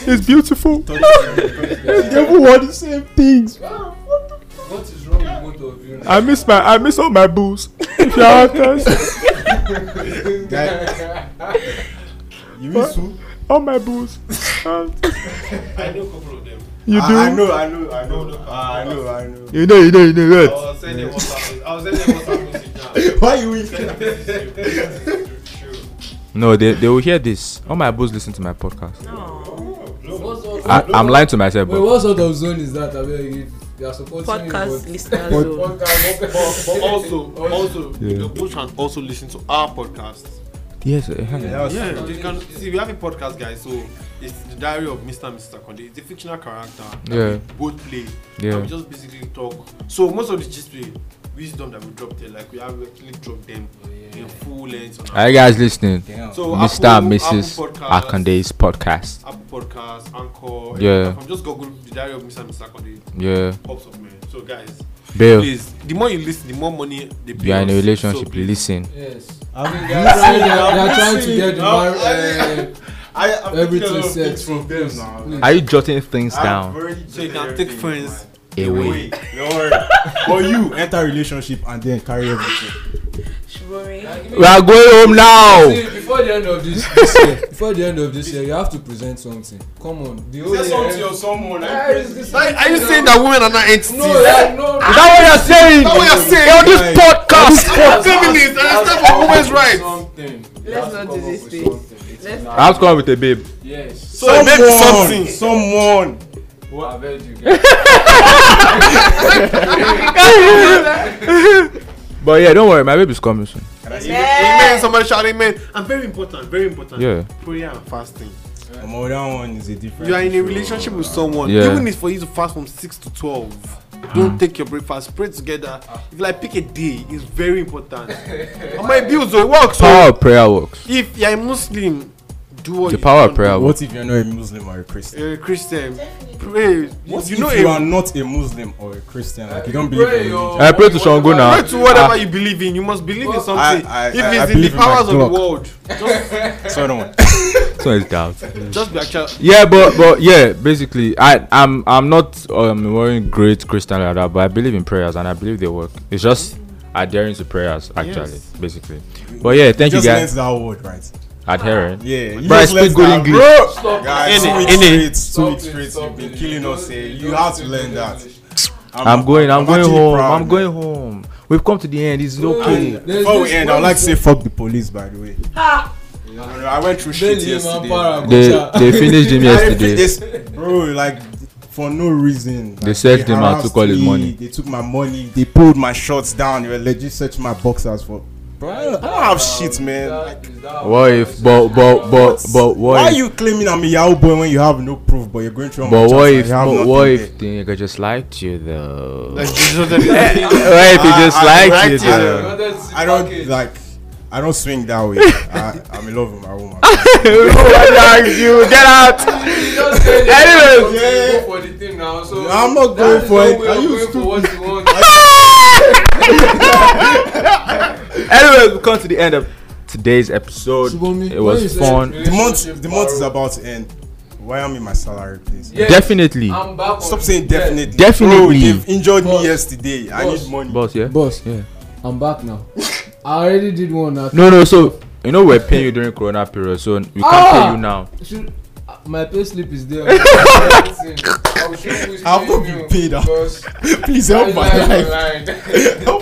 S2: is beautiful.
S7: Everyone the same things.
S4: what is wrong with both of you now
S2: I miss my I miss all my booze. If you ask
S7: You miss who?
S2: all my booze.
S3: i know couple of them.
S2: You
S7: I, I know, I know, I know, Ah, I know, I know.
S2: You know, you know, you know what?
S3: was sending whatsapp i was sending whatsapp message
S7: Why you weak?
S2: No, they, they will hear this. All my booze listen to my podcast.
S4: what's all
S2: I, I'm lying to myself,
S4: wait
S2: bro.
S4: what sort of zone is that abeg if you are supporting
S5: Podcast
S4: me
S5: listeners.
S4: but
S5: though.
S4: podcast but
S3: but also also
S2: Yeah.
S3: yeah. you can also lis ten to our podcast.
S2: Yes, eh, eh.
S7: That was
S3: Yeah, you can see we have a podcast, guys. So it's the diary of Mr. and Mr. Conde. It's a fictional character that
S2: Yeah.
S3: we both play.
S2: Yeah.
S3: And we just basically talk. So most of the gist we wisdom that we drop there, like we have actually dropped them
S4: Oh,
S3: in full length. On our-
S2: Are you guys listening?
S4: damn
S3: so
S2: Mr. Uh, and
S3: Oh, Apple-
S2: Mrs.
S3: Apple Podcasts,
S2: Akande's podcast.
S3: Apple Podcast, Anchor.
S2: Yeah.
S3: If I'm just Google the diary of Mr. and Mr. Conde.
S2: Yeah,
S3: Pops up, man. So guys,
S2: Bill, you
S3: please, the more you listen, the more money they pay.
S2: are in a
S3: us.
S2: relationship.
S3: So please,
S2: Listen.
S4: yes
S7: I'm
S4: they are trying they are, they are
S7: I'm
S4: trying to get
S7: listening.
S4: the mar-
S7: I'm-
S4: uh,
S7: I, I'm
S4: everything set
S7: from them now.
S4: Please.
S2: Are you jotting things down?
S3: So you can take friends
S2: Away.
S7: Don't worry. But you enter relationship and then carry everything.
S5: Shibori.
S2: We are going home now.
S4: See, before the end of this, this year, before the end of this year, you have to present something. Come on, the whole year.
S7: someone.
S4: Yeah, it's- it's-
S3: Are, are you saying that women are not entities?
S4: No, yeah, no.
S2: Is that what you're saying?
S3: That's what you're saying.
S2: On this
S7: Right.
S2: podcast.
S3: feminist and I stand for women's rights.
S4: Something. You
S5: Let's
S4: have to
S5: not
S4: come
S5: do
S4: up
S5: this
S4: with
S5: thing.
S4: something. It's
S5: Let's-
S4: not-
S2: I have to come up with a babe.
S4: Yes,
S3: So maybe something.
S7: Someone.
S4: I've heard you guys.
S2: But yeah, don't worry, my babe is coming soon.
S3: Amen. Somebody shout amen. And very important, very important.
S2: Yeah.
S3: Prayer and fasting.
S7: Omo, that one is a different.
S3: You are in a
S7: issue.
S3: relationship with someone.
S2: Yeah.
S3: Even if for you to fast from six to twelve. Don't take your breakfast. Pray together. If you like pick a day, it's very important. And my bills will work.
S2: Power
S3: So
S2: of prayer works.
S3: if you're a Muslim, do what
S2: The
S3: you
S2: power of
S3: can
S2: prayer works.
S7: What if you're not a Muslim or a Christian?
S3: do. Uh, Christian, pray.
S7: What
S3: you
S7: if
S3: know,
S7: you
S3: a-
S7: are not a Muslim or a Christian? Like you don't believe in
S4: Pray,
S7: religion.
S4: oh,
S2: I pray to Ah, Shango now.
S3: pray to whatever you believe in. You must believe in
S4: Well,
S3: something.
S7: I- I-
S3: if
S7: I-
S3: it's
S7: I
S3: in the
S7: believe in my
S3: powers of the
S7: clock.
S3: world, just
S7: So I don't want.
S2: This one is doubt.
S3: Just be uh, actual.
S2: Yeah, but but yeah, basically, I I'm I'm not um wearing great Christian like that, but I believe in prayers and I believe they work. It's just adhering to prayers actually,
S3: Yes.
S2: basically. But yeah, thank you
S7: just
S2: guys.
S7: learned that word, right?
S2: Adhering.
S7: Yeah. You
S2: Bro, I
S7: just learned
S2: speak good
S7: that-
S2: English.
S7: Bro,
S4: Stop
S7: guys,
S3: In
S7: two
S3: it,
S7: weeks
S3: in it.
S7: straight, two
S4: Stop
S7: weeks
S4: it,
S7: straight,
S4: stop
S7: you've been
S4: it.
S7: killing
S4: Don't
S7: us. eh.
S4: say-
S7: You
S4: don't
S7: have to
S4: say
S7: learn
S4: good
S7: that.
S4: English.
S2: I'm going. I'm, going
S7: actually
S2: home.
S7: proud,
S2: I'm
S7: man.
S2: going home. We've come to the end. It's okay.
S4: There's
S7: Before we
S4: this
S7: end, I would
S4: one
S7: like to say
S4: book-
S7: fuck the police, by the way.
S5: Ah,
S7: I don't know, I went through shit
S4: Belly, man, para,
S7: yesterday.
S2: They
S4: gocha.
S2: they finished him
S7: I didn't
S2: yesterday.
S7: think this- bro, like for no reason. Like,
S2: searched him out,
S7: harassed
S2: took all his
S7: me,
S2: money.
S7: They took my money. They pulled my shorts down. They were legit searching my boxers for. Bro, I don't I don't have shit, man. Like,
S4: Is that-
S2: What if? But but but but
S7: why
S2: what
S7: are
S2: if?
S7: you claiming I'm a Yahoo boy when you have no proof, but you're going through? all my
S2: But what
S7: chats
S2: if?
S7: and you have
S2: But
S7: nothing
S2: what
S7: there?
S2: if the nigga just lied to you though?
S3: Like, this is the-
S2: What if he just
S7: I- I
S2: lied to you
S3: liked it.
S2: though?
S4: Well, that's the
S7: I don't
S4: package.
S7: like. I don't swing that way. I, I'm in love with my woman.
S2: you get out.
S4: You just said that
S2: Anyways.
S4: you don't go for the thing now, so
S7: I'm not
S4: that
S7: going
S4: is
S7: for
S4: no
S7: it.
S4: way
S7: Are
S4: of
S7: you
S4: going for
S7: stupid?
S4: what you want.
S2: Anyway, we come to the end of today's episode. it
S4: Shubhomi, when you
S2: was
S4: said
S2: fun.
S7: the month,
S4: relationship
S7: the month is
S4: borrow-
S7: about to end. Why am I in my salary, please?
S4: Yes,
S2: Definitely,
S4: I'm back on
S7: Stop
S4: it.
S7: saying
S4: Yes.
S7: definitely.
S2: Definitely.
S7: Bro, they've injured
S4: Boss.
S7: me yesterday. I
S4: Boss.
S7: need money.
S2: boss. Yeah.
S4: Boss, I'm back now. I already did one now.
S2: No, no. So you know we're paying you during Corona period, so we can't
S4: Ah!
S2: pay you now.
S4: Should, uh, my pay slip is there. I'll show you who's
S7: I've not
S4: paying
S7: been
S4: you,
S7: paid out.
S4: because
S7: please help my
S4: guidelines
S7: life.
S4: online.